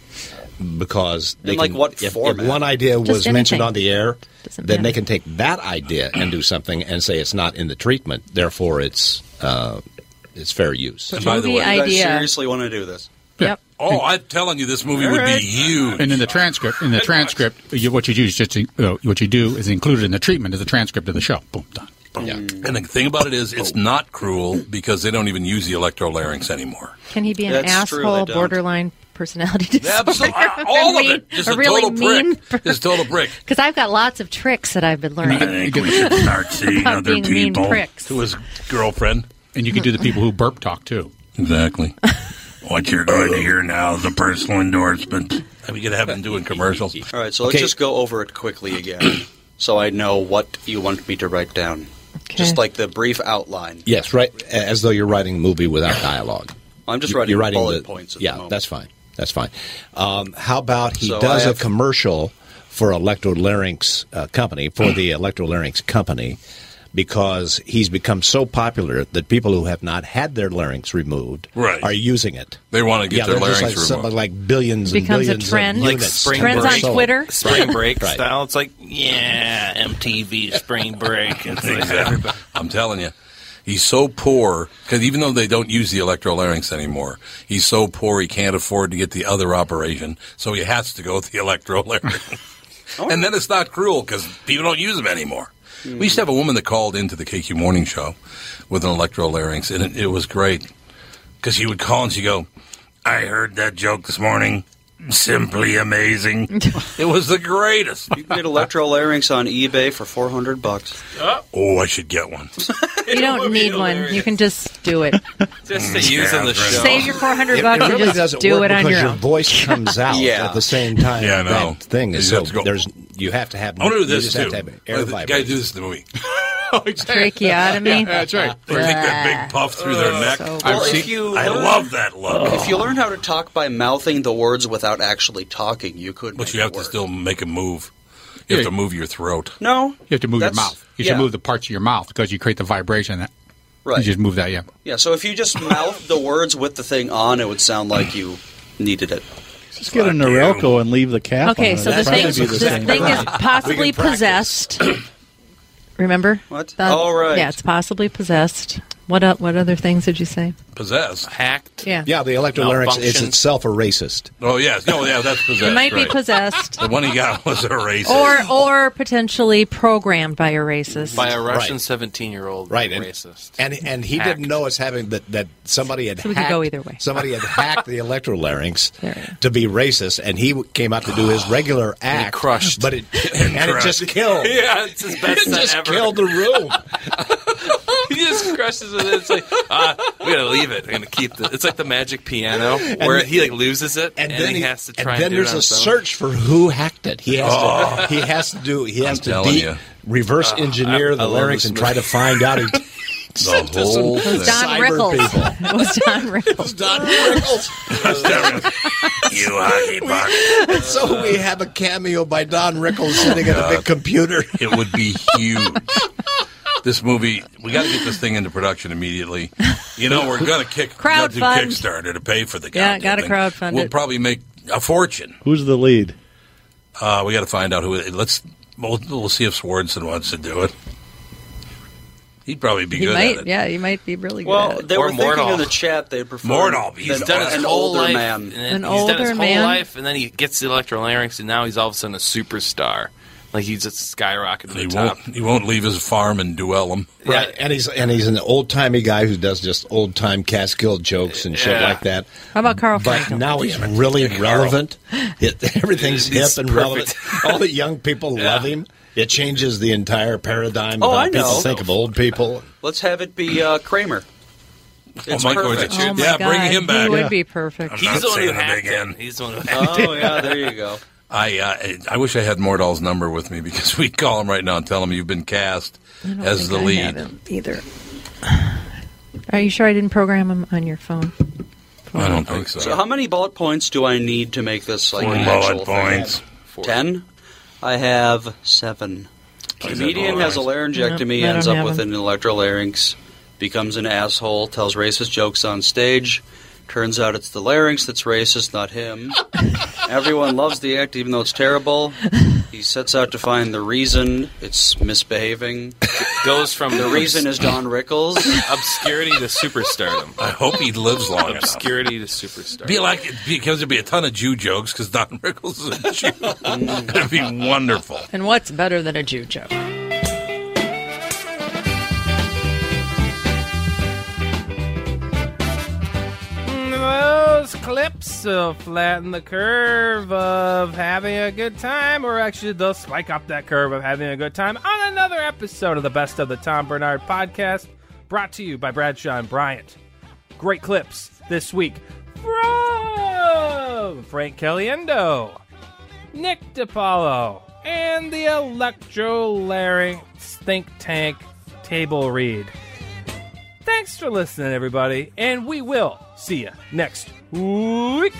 because they In, like, can- what if- if, format? one idea Just was mentioned anything. on the air, Doesn't then they matter. can take that idea and do something and say it's not in the treatment, therefore it's uh, it's fair use. And by the way, You guys seriously want to do this? Yep. Oh, I'm telling you, this movie would be huge. And in the transcript, in the transcript, you, what you do is just you know, what you do is included in the treatment is the transcript of the show. Boom, done. And the thing about it is, Oh. it's not cruel because they don't even use the electrolarynx <laughs> anymore. Can he be an That's true, they asshole, don't. borderline personality <laughs> disorder? Absolutely, all of it. Just a, a really total mean prick. Just a <laughs> total prick. Because I've got lots of tricks that I've been learning. start seeing <laughs> About other being mean people. pricks. To his girlfriend. And you can do the people who burp talk too. Exactly. What you're going to hear now is a personal endorsement. I mean, you could have him doing commercials. All right, so let's just go over it quickly again. <clears throat> so I know what you want me to write down. Just like the brief outline. Yes, right. As though you're writing a movie without dialogue. I'm just You- writing you're writing bullet the- points at the yeah, moment. that's fine. That's fine. Um, how about he So does I a have- commercial for Electrolarynx uh, Company for the Electrolarynx Company because he's become so popular that people who have not had their larynx removed Right. are using it. They wanna get Yeah, their they're just larynx like some- removed. like billions and Becomes a billions of trend? Like units spring have been break. Trends on sold. Twitter? Spring break Right. style. It's like, yeah, MTV spring break. It's like Exactly. I'm telling you. He's so poor because even though they don't use the electrolarynx anymore, he's so poor he can't afford to get the other operation, so he has to go with the electrolarynx. and then it's not cruel because people don't use them anymore. We used to have a woman that called into the KQ Morning Show with an electrolarynx, and it, it was great because she would call and she'd go, I heard that joke this morning. Simply amazing. <laughs> it was the greatest. You can get electrolarynx on eBay for 400 bucks. Oh, I should get one. You don't need one. You can just do it. Just to use on the show. Save your 400 It bucks really and just doesn't do work it on because your your <laughs> own. <laughs> voice comes out Yeah. at the same time. Yeah, I know. That thing is You so have to go- there's you have to have. I want to do you this just too. Have to have air Guys, vibrations. do this in the movie. Tracheotomy. Uh, Yeah, that's right. They make that big puff through their neck. Well, if you I learn- love that look. If you learn how to talk by mouthing the words without actually talking, you could. but you have to still make a move. You have to move your throat. No, You have to move your That's- mouth. You yeah. should move the parts of your mouth because you create the vibration. That Right. You just move that. Yeah. Yeah, so if you just mouth the words with the thing on, it would sound like you needed it. Just get a Norelco and leave the cap. Okay, on so it. the It'd thing, probably be the the same thing is thing. possibly possessed. Remember? What? That- All right. Yeah, it's possibly possessed. What o- What other things did you say? Possessed. Hacked. Yeah. Yeah, the electrolarynx is Malfunction. itself a racist. Oh, yes. No, yeah, <laughs> that's possessed. it might right. be possessed. The one <laughs> he got was a racist. Or, or potentially programmed by a racist. By a <laughs> Russian 17 year old Right, and- racist. And and he Hacked. didn't know it's having that that somebody had So we could hacked, go either way. Somebody had hacked the There we go. electrolarynx to be racist, and he w- came out to do his regular act. <laughs> crushed, but it and, it just <laughs> killed. Yeah, it's his best it set just ever. killed <laughs> the room. <laughs> he just crushes it. It's like uh, we gotta leave it. We're gonna keep the. It's like the magic piano where then- he like loses it and, then then he, he- has to and try. then do there's it on a his own. search for who hacked it. He has Oh. Uh, to he has to do he has to telling de- you. reverse engineer I- I the love larynx this and try to movie. <laughs> find out. He sent to some whole thing. It was Don cyber Rickles. people. <laughs> It was Don Rickles. Don Rickles. you hockey <laughs> puck. And so we have a cameo by Don Rickles sitting at a big computer. Uh, <laughs> It would be huge. this movie, we got to get this thing into production immediately. You know, we're going to kick Crowdfund. we gotta do Kickstarter to pay for the Yeah, goddamn gotta thing. crowdfund We'll it. probably make a fortune. Who's the lead? Uh, we got to find out who. It, let's we'll, we'll see if Swanson wants to do it. He'd probably be He good might, at it. yeah, he might be really Well, good. they Or were thinking Mordal. in the chat they prefer Mordal, he's than done it an his whole older life, man. and then An he's done his older whole man. life, and then he gets the electrolarynx, and now he's all of a sudden a superstar. Like he's just skyrocketed to He the top. won't. He won't leave his farm and duel him. Right, and he's and he's an old timey guy who does just old time Catskill jokes and shit Yeah. like that. How about Carl But Frankel? now he's really relevant. It, <laughs> everything's He's hip and perfect. relevant. All the young people love him. It changes the entire paradigm Oh, of how I know. people think of old people. Let's have it be uh, Kramer. It's my God, perfect. it's- Oh, my Yeah, bring God, him he back. would would be perfect. I'm He's not the one who saying it hacked again. it. He's <laughs> the one who hacked it. Oh yeah, there you go. I, uh, I I wish I had Mordahl's number with me because <laughs> we call him right now and tell him you've been cast as the lead. either. Are you sure I didn't program him on your phone? I don't think so. So how many bullet points do I need to make this like Four an bullet actual thing? points. Ten. I have seven. Comedian has a laryngectomy, No, I ends don't up have with an electrolarynx, becomes an asshole, tells racist jokes on stage. Turns out it's the larynx that's racist, not him. Everyone loves the act, even though it's terrible. He sets out to find the reason it's misbehaving. Goes from The reason is Don Rickles. obscurity to superstardom. I hope he lives long enough. Obscurity to superstar. Be like because there'd be a ton of Jew jokes because Don Rickles is a Jew. <laughs> It'd be wonderful. And what's better than a Jew joke? Those clips will flatten the curve of having a good time, or actually, they'll spike up that curve of having a good time on another episode of the Best of the Tom Bernard podcast, brought to you by Bradshaw and Bryant. Great clips this week from Frank Caliendo, Nick DiPaolo, and the Electrolarynx Think Tank Table Read. Thanks for listening, everybody, and we will see you next week.